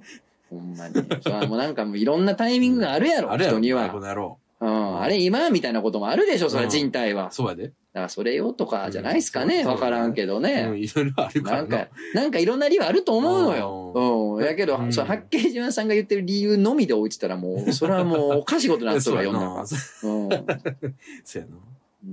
A: ほんまに。それはもうなんかもういろんなタイミングがあるやろ、
B: あれや
A: 人に
B: ろ、こ
A: は。
B: の野郎。
A: うん。あれ今みたいなこともあるでしょ、それ
B: うん
A: 人体は。
B: そうやで。
A: だからそれよとかじゃないですかね。
B: うん
A: わ、からんけどね。
B: うん、いろいろあるか
A: な
B: ら
A: ん
B: な
A: か。、なんかいろんな理由あると思うの
B: う
A: よ。うん。やけど
B: う、ん
A: その八景島さんが言ってる理由のみで置いてたらも
B: [LAUGHS]
A: う、それはもうおかしいことになってた
B: そう
A: わ、
B: や
A: 世の
B: な。
A: 中。
B: そう
A: うん。 [LAUGHS]
B: そうや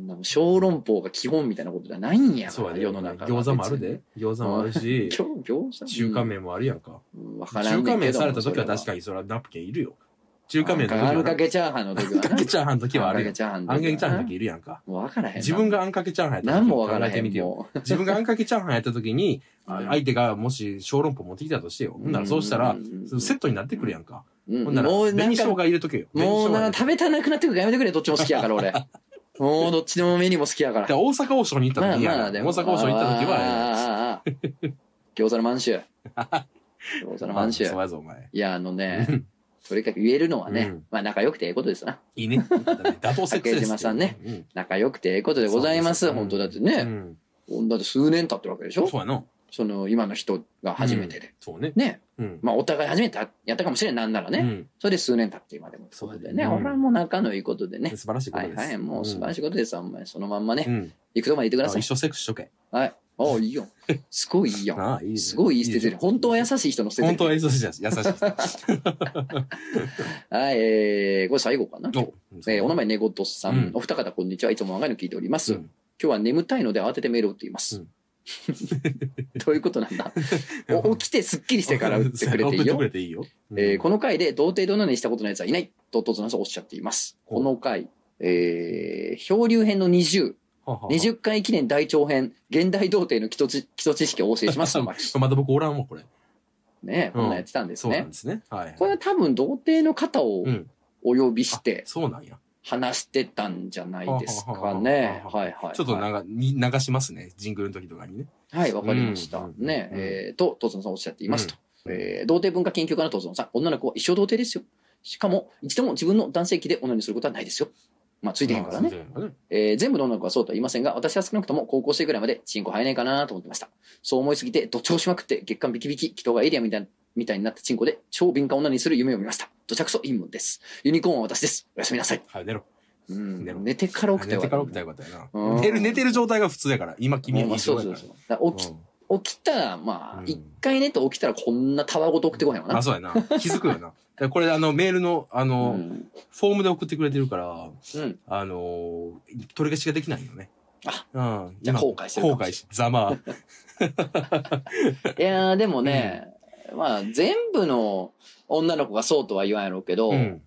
A: なんか小籠包が基本みたいなことじゃないんや
B: な。
A: か
B: そう
A: ら、
B: やで。
A: 世の中。
B: 餃子もあるで。。餃子もあるし、
A: 今日、餃子
B: 中華。麺もあるやんか。
A: うんわからんね
B: 中
A: んけど
B: 華
A: も。
B: 麺された時は確
A: に。
B: かにそれはナプキンいるよ。中華麺の時
A: あん
B: は
A: か
B: な。
A: けチャーハンの時は
B: あんかけチャーハンの時はあ
A: あんか
B: るや
A: け
B: ん。
A: チャーハン
B: あんかけチャーハンの
A: 時。
B: 時いるやんか。
A: もうわからへんな。
B: 自分があんかけチャーハンやった
A: 何もわから
B: 考え
A: へ
B: てみ
A: ん。
B: てよ。
A: もう
B: 自分があんかけチャーハンやった時に、あ
A: うん
B: 相手がもし小籠包持ってきたとしてよ。ほんならそうしたら、そのセットになってくるやんか。
A: うん
B: ほんなら、
A: もうな
B: 紅
A: ん
B: 生
A: か
B: 姜入れとけよ。
A: もう
B: 紅生姜入れ
A: な、
B: とけ
A: 食べたなくなってくるからやめてくれ、どっちも好きや
B: [LAUGHS]
A: から俺。もうどっちでもメニューも好きやから
B: だか。ら大阪王将に行った時に、大阪王将行った時
A: あ
B: は、
A: あああああ餃子の満
B: [LAUGHS]
A: 州。餃子の満州。
B: そうやぞ、お前。
A: いや、あのね
B: う、ん
A: とにかく言えるのはね、
B: うん
A: まあ仲良くてええことですな。
B: [LAUGHS] いいね。妥当セックスです。
A: 竹島さんね
B: うん。
A: 仲良くてええことでございます。
B: そうです
A: 本当だってね、
B: うん
A: だって数年経ってるわけでしょ
B: そうやな。
A: その今の人が初めてで、
B: そうね。
A: ね
B: うん。
A: まあお互い初めてやったかもしれんなんならね、
B: うん
A: それで数年経って今でもってことでね、
B: そうだね
A: 俺はもう仲のいいことでね
B: 素晴らしいこ
A: は
B: と
A: い
B: です。
A: はいもう素晴らしいことです、お前そのまんまね、
B: うん。
A: 行くとこまで行ってくだ
B: あ
A: さい
B: 一生セックスしとけ。
A: はいおいい
B: [LAUGHS]
A: よすごいいいよ
B: ああ、いいね
A: すごいいい捨てゼリ
B: ね
A: フ本当は優しい人の捨てゼリ
B: 本
A: フ
B: 当は優しいです。優しいです。
A: はい、えー、これ最後かな。
B: お
A: [LAUGHS] えーお名前、ねごとさん,、
B: うん
A: お二方、こんにちは。いつも長いの聞いております。
B: うん
A: 今日は眠たいので慌ててメールを打っています。
B: う [LAUGHS]
A: どういうことなんだお起きてすっきりしてから打ってくれていい
B: 送って
A: よ
B: く。れていいよ。うん
A: えーこの回で、童貞どのようにしたことのやつはいないと、とつなさんおっしゃっています。
B: ほ
A: こ
B: う
A: の回、えー、漂流編の20、
B: はあはあ
A: 20回記念大長編、現代童貞の基礎知基礎知識をお教えし
B: [LAUGHS]
A: ます。ま
B: また僕おらんもん、これ。
A: ねこんなんやってたんです
B: そうな
A: ね
B: ん。ですね。はい。
A: これは多分、童貞の方を
B: うん
A: お呼びして、
B: そうなんや。
A: 話してたんじゃないですかね。
B: はははは
A: はいはいはい。
B: ちょっとなんか、に流しますね。ジングルの時とかにね。
A: はい、わかりました。
B: うん
A: ね、
B: うん
A: えーと、とつのさんおっしゃっていますと。
B: うん
A: えー童貞文化研究家のとつのさん、女の子は一生童貞ですよ。しかも、一度も自分の男性器で女にすることはないですよ。まあ、ついてへんからね。
B: まあ。そう
A: えー全部の女の子はそうとは言いませんが、私は少なくとも高校生ぐらいまでチンコ生えないかなと思ってました。そう思いすぎて、土調しまくって、月間ビキビキ、祈祷がエイリアンみたいな、みたいになったチンコで超敏感女にする夢を見ました。土着そ陰謀です。ユニコーンは私です。おやすみなさい。
B: はい、寝ろ。
A: うん
B: 寝ろ
A: 寝てから起きて
B: 寝
A: は
B: てから起きたらよかったよ
A: うん
B: な。寝る、寝てる状態が普通やから。今君は
A: まあ
B: いい
A: そ
B: 状
A: う
B: 態
A: そ
B: や
A: う
B: か
A: そう。だから起き、
B: ら。
A: 起きたら、まあ
B: う、ん
A: 一、回寝て起きたらこんなたわごと送ってこへんわ
B: うん
A: な
B: あ、。そうやな。気づ
A: [LAUGHS]
B: くよな。だからこれ、あの、メールの、あ
A: う
B: の、
A: ん。
B: フォームで送ってくれてるから、
A: うん。
B: あのー、取り消しができないよね。うん。
A: じゃあ
B: 今
A: 後悔してるか
B: 後
A: もしれない
B: 悔し、ざまあ。
A: いやーでもね、まあ、全部の女の子がそうとは言わんやろうけど、
B: うん。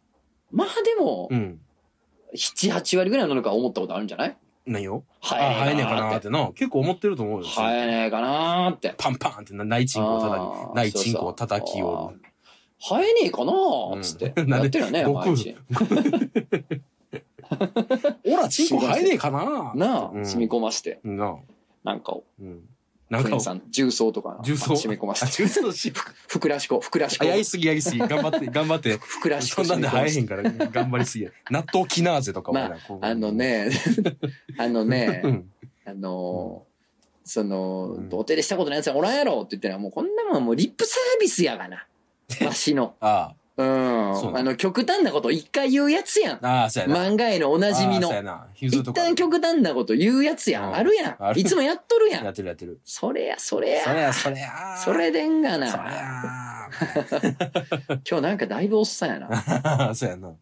A: まあでも
B: う、ん。
A: 7、8割ぐらいの女の子は思ったことあるんじゃない
B: 何を
A: は
B: あ、生
A: え
B: え
A: ねえ
B: ねえ
A: か
B: か
A: な
B: な
A: ー
B: っ
A: って
B: ての、結構思ってると思うよ。
A: 生えねえかなーって。
B: パンパンってな、内チンコを叩
A: あー
B: き、内チンコを叩き
A: そうそうあ
B: を。。
A: ー生えねえかなーっつって。
B: うん
A: やってるよね、
B: なんで
A: 毎日。
B: オラ、チンコ生えねえかな
A: なあ、
B: うん
A: 染み込ませて。
B: なあ。
A: なんかを、
B: うん。なん
A: クエ
B: か
A: ン、酸、重曹とか、
B: 重曹
A: 染み込ませ
B: あ、
A: て。
B: 中世
A: [LAUGHS]
B: のシープ。
A: ふくらしこ、ふくらし
B: あ、
A: こ。
B: やりすぎやりすぎ。頑
A: [LAUGHS]
B: 張って、頑張って。
A: ふくらし
B: そ
A: こ
B: ん
A: 染
B: なん
A: み込ま
B: で生
A: せ
B: え
A: て
B: へんから、頑張りすぎや。納豆キナーゼとか
A: まあ
B: 俺らこう
A: あの。ね、 [LAUGHS] あのね
B: う、ん。
A: あのー、その
B: う、ん
A: 童貞でしたことないやつはおらんやろって言ってのは、もうこんなもんもうリップサービスやが
B: [LAUGHS]
A: な。わしの。
B: あ
A: うん。
B: そう
A: あ
B: なの
A: の、極端なこと一回言うやつやん
B: あ。。ああ、そうやな。
A: 漫画へのおなじみ
B: ああ
A: の
B: そうや。な。ヒューズ
A: 一
B: とか。
A: 旦極端なこと言うやつや。
B: うんん
A: あるや
B: あ
A: ん。
B: る
A: いつもやっとるや
B: や
A: ん
B: っ。てるやってる。
A: それや、それ
B: それ
A: や。
B: や、それや。
A: それでんが
B: それ
A: な。
B: や。
A: 今日なんかだいぶおっさんや
B: [LAUGHS]
A: な。
B: そうやな。
A: い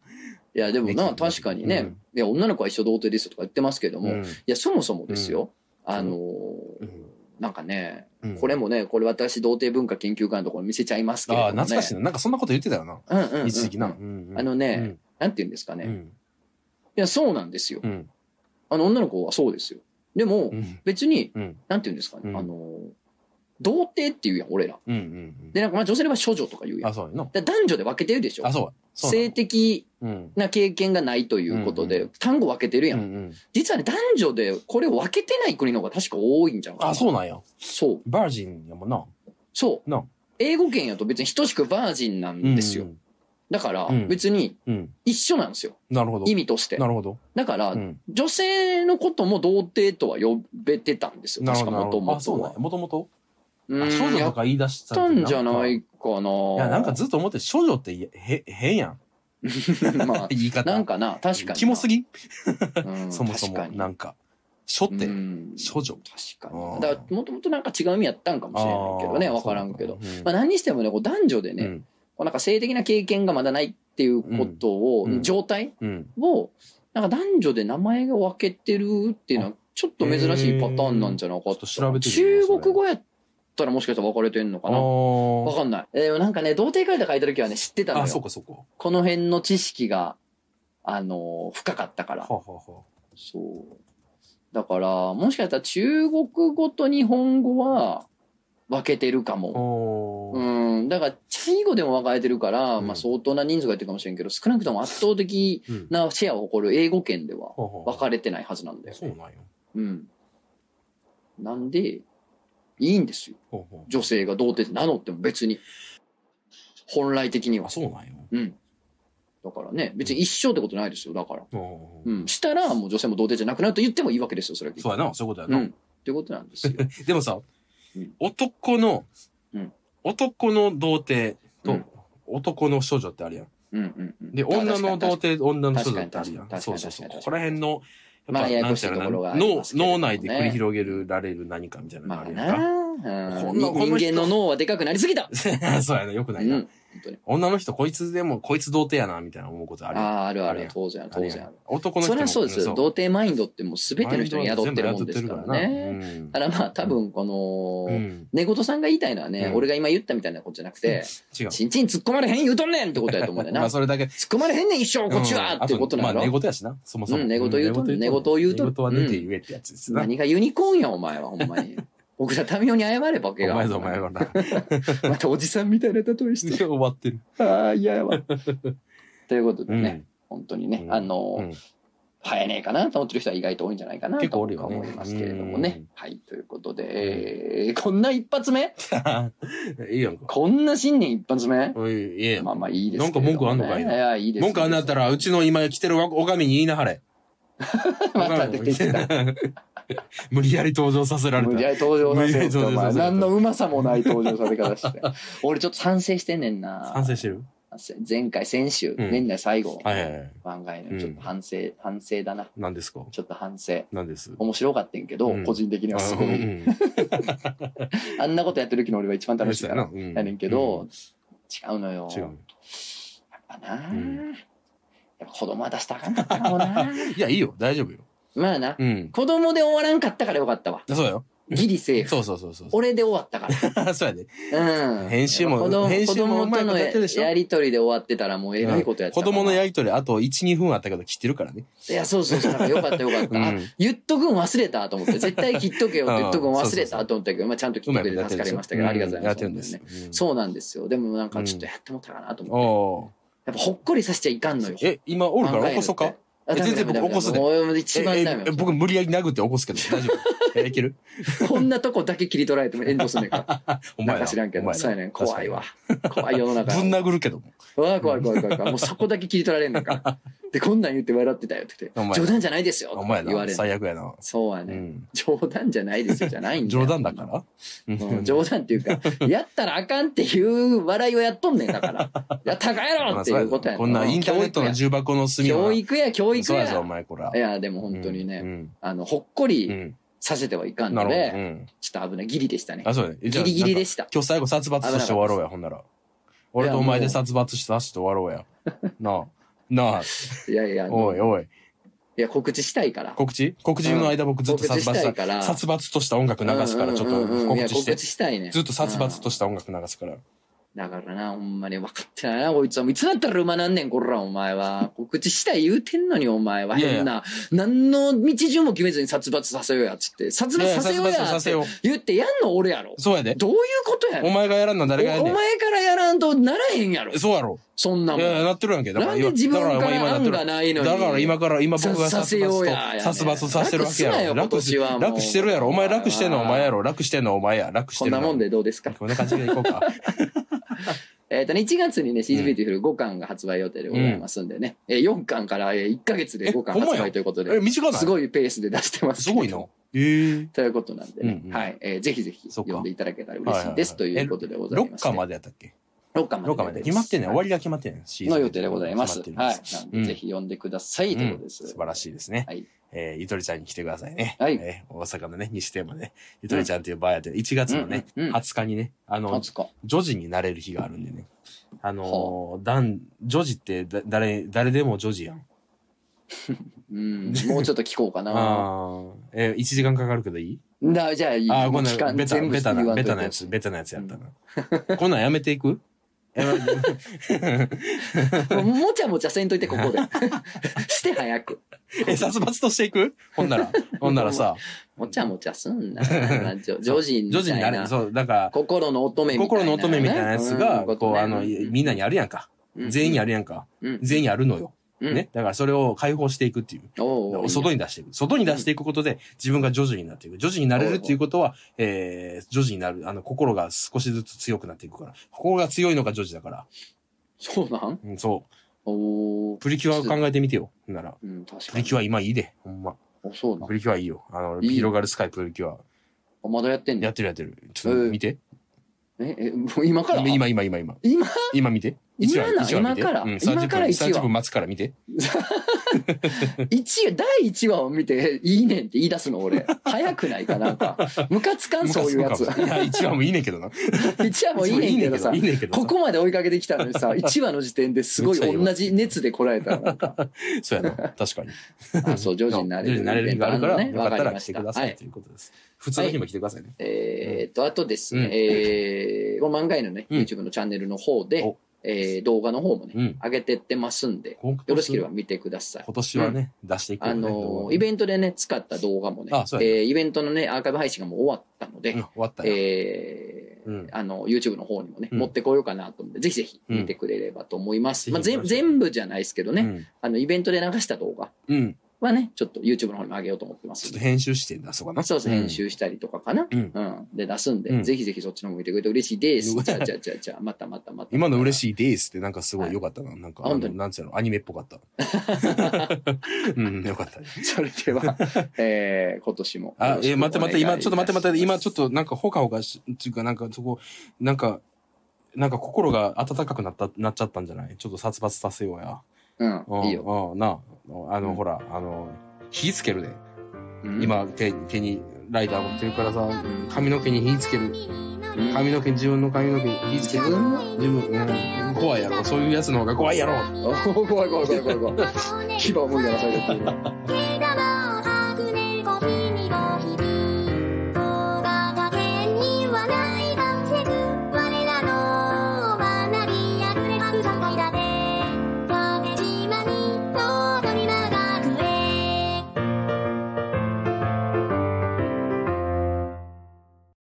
A: や、でも
B: で
A: な、
B: きる
A: 確かにね、
B: うん
A: いや、女の子は一緒童貞ですよとか言ってますけども、
B: う
A: い
B: ん
A: や、そもそもですよ。あのー
B: うん
A: なんかね、
B: うん
A: これもね、これ私、童貞文化研究家のところに見せちゃいますけれど
B: あ
A: も、
B: あ、
A: ね。
B: 懐かしいな。なんかそんなこと言ってたよな。
A: うんうんうん、
B: 一時期な。
A: あのね
B: ね。
A: なんて言うんですかね。
B: う
A: い
B: ん
A: や、そうなんですよ。
B: うん
A: あの、女の子はそうですよ。でも、
B: うん
A: 別に、
B: うん
A: なんて言うんですかね。
B: うん
A: あのー、童貞っていうやん、俺ら。
B: うんうん
A: で、なんか、まあ、女性では処女とか言う
B: うん
A: やん。
B: あ、そうやな。
A: だ男女で分けてるでしょ
B: あ、。そうやそうなの
A: 性的
B: うん
A: な経験がないということで、
B: うんう
A: 単語分けてる
B: う
A: や
B: ん
A: ん。
B: うん。
A: 実はね、男女でこれを分けてない国の方が確か多いんじゃん。
B: あ、そうなんや。
A: そう。
B: バージンやもんな。
A: そう。
B: な
A: 英語圏やと別に等しくバージンなんですよ。
B: うん
A: だから
B: うん
A: 別に
B: うん。うん
A: 一緒なんですよ。
B: なるほど
A: 意。味として
B: な。るほど。
A: だから、
B: うん
A: 女性のことも童貞とは呼べてたんですよ。
B: なる
A: 確
B: ほ
A: かもと
B: ど。なるほど
A: も
B: あ、そ
A: と
B: うなん
A: は
B: や。。もともと
A: う
B: あ
A: ん、
B: 少女
A: や
B: と
A: っ
B: か言い出した
A: たんじゃな
B: なん
A: い
B: か
A: かな。
B: いや、なんかずっと思って、少女ってへへ変やん。
A: まあ、
B: 言い方。
A: なんかな、確かに。
B: キモすぎ
A: うん
B: そもそ
A: 確
B: も
A: か。に
B: なんか。書って
A: う。ん
B: 少女
A: 確か
B: う
A: に。
B: ん
A: だから、もともとなんか違う意味やったんかもしれないけどね、
B: あー
A: わからんけど。。
B: そう
A: まあ、何にしてもね、こう男女でね、
B: うん
A: こうなんか性的な経験がまだないっていうことを、
B: うんうん
A: 状態
B: うん。
A: を、なんか男女で名前が分けてるっていうのは、ちょっと珍しいパターンなんじゃなか
B: ちょ
A: っ
B: ったと調べてみ
A: 中
B: よう
A: 国語やったらもしかしたら分かれてんのかな
B: あ
A: わ
B: ー
A: かんない。えー、なんかね、童貞会で書いた時はね、知ってたの
B: あ、そう
A: よ。
B: かそうか。は
A: この辺の知識が、あのー深かったから
B: あ。はあは
A: そう。だから、もしかしたら中国語と日本語は分けてるか
B: あ。
A: も。
B: おー
A: うん、だから、チャイ語でも分かれてるから、
B: うん
A: まあ相当な人数がいてるかもしれんけど、少なくとも圧倒的
B: うん
A: なシェアを誇る英語圏では
B: はあはあ
A: 分かれてないはずなんだよ。
B: そうなんよ。
A: うん。なんで、いいんですよ。
B: ほうほ
A: 女性が童貞って名乗っても別に。本来的に
B: うあ、
A: は。
B: そうなんよ。
A: うん。だからね、別に一生ってことないですよ、だから。
B: ほうほう
A: う
B: ほ
A: ん。したら、もう女性も童貞じゃなくなると言ってもいいわけですよ、それは
B: う。そうやな、そういうことや
A: う
B: な。 [LAUGHS]
A: ん。ってことなんですよ。
B: でもさ、
A: うん
B: 男の、
A: うん
B: 男の童貞と、
A: うん
B: 男の少女ってあるやん。
A: うんうんうん。
B: で、女の童
A: 確かに確かに
B: 貞、女の少女ってあるや
A: 確か
B: ん。
A: に
B: そうそうそ
A: 確か
B: う。こ
A: に
B: こら辺の、
A: まあややこしい
B: なんていう
A: ところ
B: のか
A: が
B: な
A: あり
B: 脳
A: ますけれども
B: 脳
A: ね
B: 内で繰り広げられる何かみたいな
A: ま
B: のがあ
A: あ
B: るやんか。
A: な
B: こ
A: あ、
B: んな
A: に
B: この人
A: 人間の脳はでかくなりすぎた
B: [LAUGHS] そうやな、よく
A: う
B: ない
A: ん。
B: な。
A: 本当に。
B: 女の人、こいつでも、こいつ童貞やな、みたいな思うことあるやん。
A: ああー、あるあ
B: ある
A: る
B: やん。
A: 当然ある、当然ある。
B: 男の人
A: そ
B: も
A: れはそうですよ。童貞マインドってもう全ての人に宿ってるもんですからね。
B: うん
A: だからまあ多分この、
B: うん
A: 寝言さんが言いたいのはね、
B: うん
A: 俺が今言ったみたいなことじゃなくて、
B: 違う。
A: ちんちん突っ込まれへん言うとんねんってことやと思うんだよ
B: ま
A: な。
B: あ、
A: 突っ
B: それだけ。
A: 込まれへんねん一生、こっち
B: うん
A: はってことな
B: あ
A: の
B: とまあ、寝言やしな、そもそも。
A: うん寝言言うと
B: ん
A: 寝言を言うと
B: 寝言は出て言えってやつですな。
A: 何がユニコーンや、お前は、ほんま
B: [LAUGHS]
A: に。僕ら民生に謝れ、バケ
B: お
A: が。
B: 前ぞ、お前
A: [LAUGHS]
B: はな。
A: またおじさんみたいな例えして。
B: 終わってる。
A: ああ、嫌
B: [LAUGHS]
A: やわ。ということで
B: う
A: ね、
B: [LAUGHS] ん。
A: 本当にね、
B: うん
A: あの、
B: うん
A: 早いねえかなと思ってる人は意外と多いんじゃないかな
B: 結
A: と
B: 構お
A: 思
B: るよね
A: いますけれどもね。
B: うん
A: はい、ということで、えーこんな一発目
B: いいやんか。
A: こんな新年一発目
B: おい、いえやん
A: まあまあいいですけれども、ね。
B: なんか文句あんのかいない
A: や、いいです。
B: 文句あんなったら、うちの今来てるおかみに言いなはれ。
A: [LAUGHS] また出てきた。
B: [LAUGHS] 無理やり登場させられ
A: 無理
B: た。
A: やり登場させようってお
B: 無理やり登場さ
A: 前
B: せよう
A: 何のうまさもない登場させ方
B: [LAUGHS]
A: して。俺ちょっと賛成してんねんな。
B: 反省してる
A: 前回、先週、
B: うん
A: 年内最後、
B: はいはいはい。
A: 番外
B: う
A: の
B: ん
A: ちょっと反省、反省だな。
B: 何ですか
A: ちょっと反省。
B: 何です
A: 面白かったんけど、
B: うん
A: 個人的にはすご
B: うんう
A: い。
B: ん
A: あんなことやってる時の俺が一番楽しいから。
B: うん
A: やねんけ
B: う
A: ど
B: ん、
A: 違うのよ。
B: 違う。
A: やっぱな、
B: うん
A: やっぱ子供は出したらあかんかったかも
B: [LAUGHS]
A: な。
B: いや、いいよ。大丈夫よ。
A: まあな、
B: うん。
A: 子供で終わらんかったからよかった
B: [LAUGHS]
A: わ。
B: そうよ。
A: ギリセーフ。
B: そうそうそうそう。 [LAUGHS]
A: 俺で終わったから。
B: そうやで。
A: うん
B: 編集も
A: 子供
B: 編集もう
A: 子
B: まい
A: 供の
B: こととやってるでしょ
A: やりとりで終わってたらもうえらいことやってた
B: 子
A: から
B: 供のやりとり、あと1、2分あったけど、切ってるからね。
A: いや、そうそうそう。だからよかったよかった。あ
B: うん
A: 言っとくん忘れたと思って。絶対切っとけよって言っとくん
B: あ
A: 忘れ
B: あそうそうそ
A: た
B: う
A: と思ったけど、まあちゃんと切
B: う
A: っ
B: ま
A: と
B: い
A: け
B: こと
A: て
B: や
A: 助か
B: ってるで
A: り
B: しょ
A: ましたけど、ありがとうございます。
B: やってるんです
A: 本。当にねそうなんですよ。でもなんかちょっとやってもったかなと
B: うん。
A: 思って。
B: お
A: やっぱほっこりさせちゃいかんのよ
B: ー。え、今おるから起こそうか
A: あ。
B: え
A: ダメ
B: 全然
A: ダメダメ
B: 僕起こすで
A: もう一番
B: え
A: ダメ
B: ええ僕無理やり殴って起こすけど、大丈夫。 [LAUGHS] え、いける
A: こんなとこだけ切り取られても炎上すんねんから。
B: お
A: な
B: 前
A: んか知らんけ
B: お
A: ど。
B: 前
A: そうやねん。怖いわ。
B: 確。
A: 怖い世の中
B: [LAUGHS] ぶ
A: やわ。
B: ん殴るけども。
A: わあ、怖い怖い怖い怖い。もうそこだけ切り取られんの
B: [LAUGHS]
A: か。で、こんなん言って笑ってたよって言
B: お
A: っ
B: 前
A: て。
B: な
A: 冗談じゃないですよ。
B: お前
A: 言われ
B: な、
A: んの
B: 最悪やな。
A: そうや
B: う
A: ね、
B: ん。
A: 冗談じゃないですよ、じゃないんだよ。
B: 冗談だから
A: うん冗談っていうか、やったらあかんっていう笑いをやっとんねんだ
B: [LAUGHS]
A: から。やったらあかんやろっていうことやね
B: こんなインターネットの重箱の隅
A: 教
B: は。
A: 育や、教育
B: そうやぞ、お
A: や。
B: 前、こら
A: い。や、でも本当にね、
B: うん。
A: あの、ほっこ
B: う
A: り
B: ん
A: させてはいか
B: うんんな
A: の
B: るほど。う
A: で、
B: ん。
A: ちょっと危ない。ギリでしたね。
B: あ、そうね。じゃ
A: ギリ
B: あ
A: ギリでした。
B: 今日最後殺伐として終わろうや、ほんなら。俺とお前で殺伐したして終わろうや。なあ。なあ。
A: いやいや、あの
B: おいおい。
A: いや、告知したいから。
B: 告知告知の間僕ずっと
A: 告
B: 殺
A: 知し
B: 伐
A: た
B: し
A: い
B: た。
A: から。
B: 殺伐とした音楽流すから、ちょっ
A: うんうんうん
B: と
A: うんい
B: 告
A: や
B: 知して
A: 告。知したいね。
B: ずっと殺伐とした音楽流すから。
A: だからな、ほんまに分かってないな、こいつは。いつだったら馬なんねん、こら、お前
B: [LAUGHS]
A: は。告知したい言うてんのに、お前は。
B: いやいや
A: 変な。何の道順も決めずに殺伐させようや、つって。殺伐させよう
B: いやいや殺伐
A: や、
B: さ
A: っ
B: せ
A: て
B: よう
A: 言ってやんの俺やろ。
B: そうやで。
A: どういうことや
B: お
A: ねん
B: 前がやらんの誰がやん
A: おお
B: ねん。
A: 前からやらんとならへんやろ。
B: そうやろ。
A: そんないも
B: やいや、
A: ん。
B: なってるやんけ。だか
A: な
B: ら
A: んで自分
B: だ
A: か
B: から今
A: ら
B: なっ
A: 案
B: てる
A: がないのに。
B: だから今から、今僕が
A: ささ
B: 殺
A: せよう
B: 伐
A: や
B: と、殺伐させるわけ
A: 楽すな
B: や
A: よ
B: ろ。楽し
A: 今年はもう
B: 楽してるやろ。お前楽してんのはお前やろ。楽してんのはお前や。楽し
A: こん
B: てるの
A: な
B: は
A: もんでどうですか
B: こんな感じでいこ
A: [LAUGHS]
B: うか。
A: えっ、とね、1月にね、CG ビューティフル5巻が発売予定でございますんでね、えー4巻からえー1ヶ月で5巻
B: えほんま
A: 発
B: や
A: 売ということ
B: え、
A: で、
B: 短ない
A: すごいペースで出してます。
B: すごいな。。ええ。
A: ということなんでね、
B: うんうん
A: はい、えーぜひぜひ
B: そっか
A: 読んでいただけたら嬉しいですと
B: はい
A: い
B: はいはいう
A: ことでござい
B: 6
A: ます、
B: 巻
A: ね。
B: までやったっけ
A: 6巻まで。
B: 6巻まで。決まってんねん。終わ
A: り
B: りが決まってんねん。シーズン
A: の予定でございます。はい。
B: 決
A: なん
B: まってるんです
A: で、ぜひ読んでくださいということ
B: うん
A: です。
B: 素晴らしいですね。
A: はい
B: えーゆとりちゃんに来てくださいね。
A: はい
B: えー大阪のね、西テーマね、ゆとりちゃんっていうバーやって、1月のね、
A: うんうんうん
B: 20日にね、あの、
A: 初か。
B: 女児になれる日があるんでね。あのー、男、女児ってだ誰、誰でも女児やん。 [LAUGHS]
A: うん。もうちょっと聞こうかな。
B: ああ。えー、1時間かかるけどいい
A: だじゃあいい。
B: ああ、
A: も
B: ご
A: う
B: め
A: 期間
B: ん、ベタ、
A: 全部
B: ベタ
A: 言わ
B: な、
A: んとい
B: ベ
A: て
B: タなやつ、ベタなやつやったな。 [LAUGHS] こんなんやめていくえ
A: もうもちゃもちゃせんといて、ここ
B: [LAUGHS]
A: で。して早く。
B: [LAUGHS] え、殺伐としていくほんなら、ほんなら [LAUGHS] さ、
A: もちゃもちゃすん
B: [LAUGHS]
A: な。ジョジョジンみ
B: 女児
A: た
B: に
A: い
B: なれ
A: な
B: る。。そう、だから、
A: 心の乙女みたいな。
B: 心の乙女みたいなやつが、
A: ん
B: こう、あの、みんなにあるやんか。全員にあ、るやんか。
A: うんうん
B: 全員あるの
A: う
B: よ。
A: ん
B: ね。だからそれを解放していくっていう。
A: おうおう
B: 外に出していく。外に出していくことで自分が女児になっていく。女児になれるっていうことは、えー、女児になる。あの、心が少しずつ強くなっていくから。心が強いのが女児だから。
A: そうなん
B: うん、そう。
A: おお。
B: プリキュアを考えてみてよ。ほんなら。
A: うん、確
B: プ
A: かに。
B: リキュア今いいで。ほんま。
A: あそうなん
B: プリキュアいいよ。あの、
A: いい
B: 広がるスカイプリキュア。
A: まだやってんね
B: やってるやってる。ちょっと見て。
A: え、え、もう今から
B: 今、今、今、今。
A: 今
B: 今見て。
A: 今
B: 一話
A: な
B: 一話見て
A: 今から
B: うん、30
A: 今から
B: 分
A: 一話
B: 30分待つから見て。
A: 一第1話を見て、いいねんって言い出すの俺。早くないかなんか。ムカつかん、そういうやつ。
B: 昔の顔いや、一話もいいねんけどな。 [LAUGHS]
A: 1話もいいねんけどさ
B: いい。ねんけどさ。
A: ここまで追いかけてきたのにさ、1話の時点ですごい同じ熱でこられたの。
B: そうやな。確かに。
A: あそう、ジョージになれる。
B: 徐々になれる日があるから、よか
A: わか
B: った
A: り
B: ら
A: ま
B: 来て
A: し
B: く
A: た。
B: ださ
A: はいい
B: と。いうことです。普通の日も来てくださいね。
A: えーっと、あとですね、
B: うん
A: えーまあ漫画へのね、
B: うん
A: YouTube のチャンネルの方で
B: お、
A: えー動画の方もね、
B: うん
A: 上げてってますんで、
B: 今年
A: よろしければ見てください。
B: 今年はね、出していこうね
A: あ
B: 動
A: の
B: 画
A: ーイベントでね、使った動画もね、
B: あそうやね
A: えーイベントのね、アーカイブ配信がもう終わったので、
B: うん終わったよ。
A: えー
B: うん
A: あの YouTube の方にもね、
B: うん
A: 持ってこようかなと思って、ぜひぜひ
B: うん
A: 見てくれればと思います。
B: ぜひ
A: まあ、全
B: お願いします
A: 全部じゃないですけどね、あのイベントで流した動画
B: うん。うん。
A: はね、ちょっと YouTube の方にも上げようと思ってま
B: ちょ
A: す
B: っ
A: ん
B: と
A: で。
B: 編集して出そうかな。
A: そうです、
B: ん
A: 編。集したりとかかな。
B: うん
A: うん。で、出すんで、
B: うん
A: ぜひぜひそっちの方見てくれて嬉しいです
B: う。わ
A: じゃあじゃあじゃあじゃあ、またまたまた。
B: 今の嬉
A: しい。
B: しいデイスってなんかすごい良かったな。なんか、
A: あ
B: あ
A: 本当
B: の
A: に
B: なんつうの、アニメっぽか
A: [LAUGHS]
B: った。うん、良かった。
A: それで
B: [LAUGHS]
A: は、えー、今年も。
B: あ、えー、待って待って、今、ちょっと待って待って、今ちょっ
A: と。
B: となんかほかほかし、っていうかなんかそこ、なんか、なんか心が温かくなった、なっちゃったんじゃないちょっと殺伐させようや。
A: うん、いいよ。
B: よ。うん、なあ。あの、
A: うん
B: ほら、あの、火つけるで。
A: うん、
B: 今、手に、手にライター持ってるからさ、
A: うん
B: 髪の毛に火つける。
A: うん
B: 髪の毛、自分の髪の毛に火つ
A: 自
B: ける。
A: 分の
B: 自分、うん、怖いやろ。そういうやつの方が怖いやろ。
A: おー怖い怖い怖い怖い怖い。牙をむいだらされちゃった。
D: 毛玉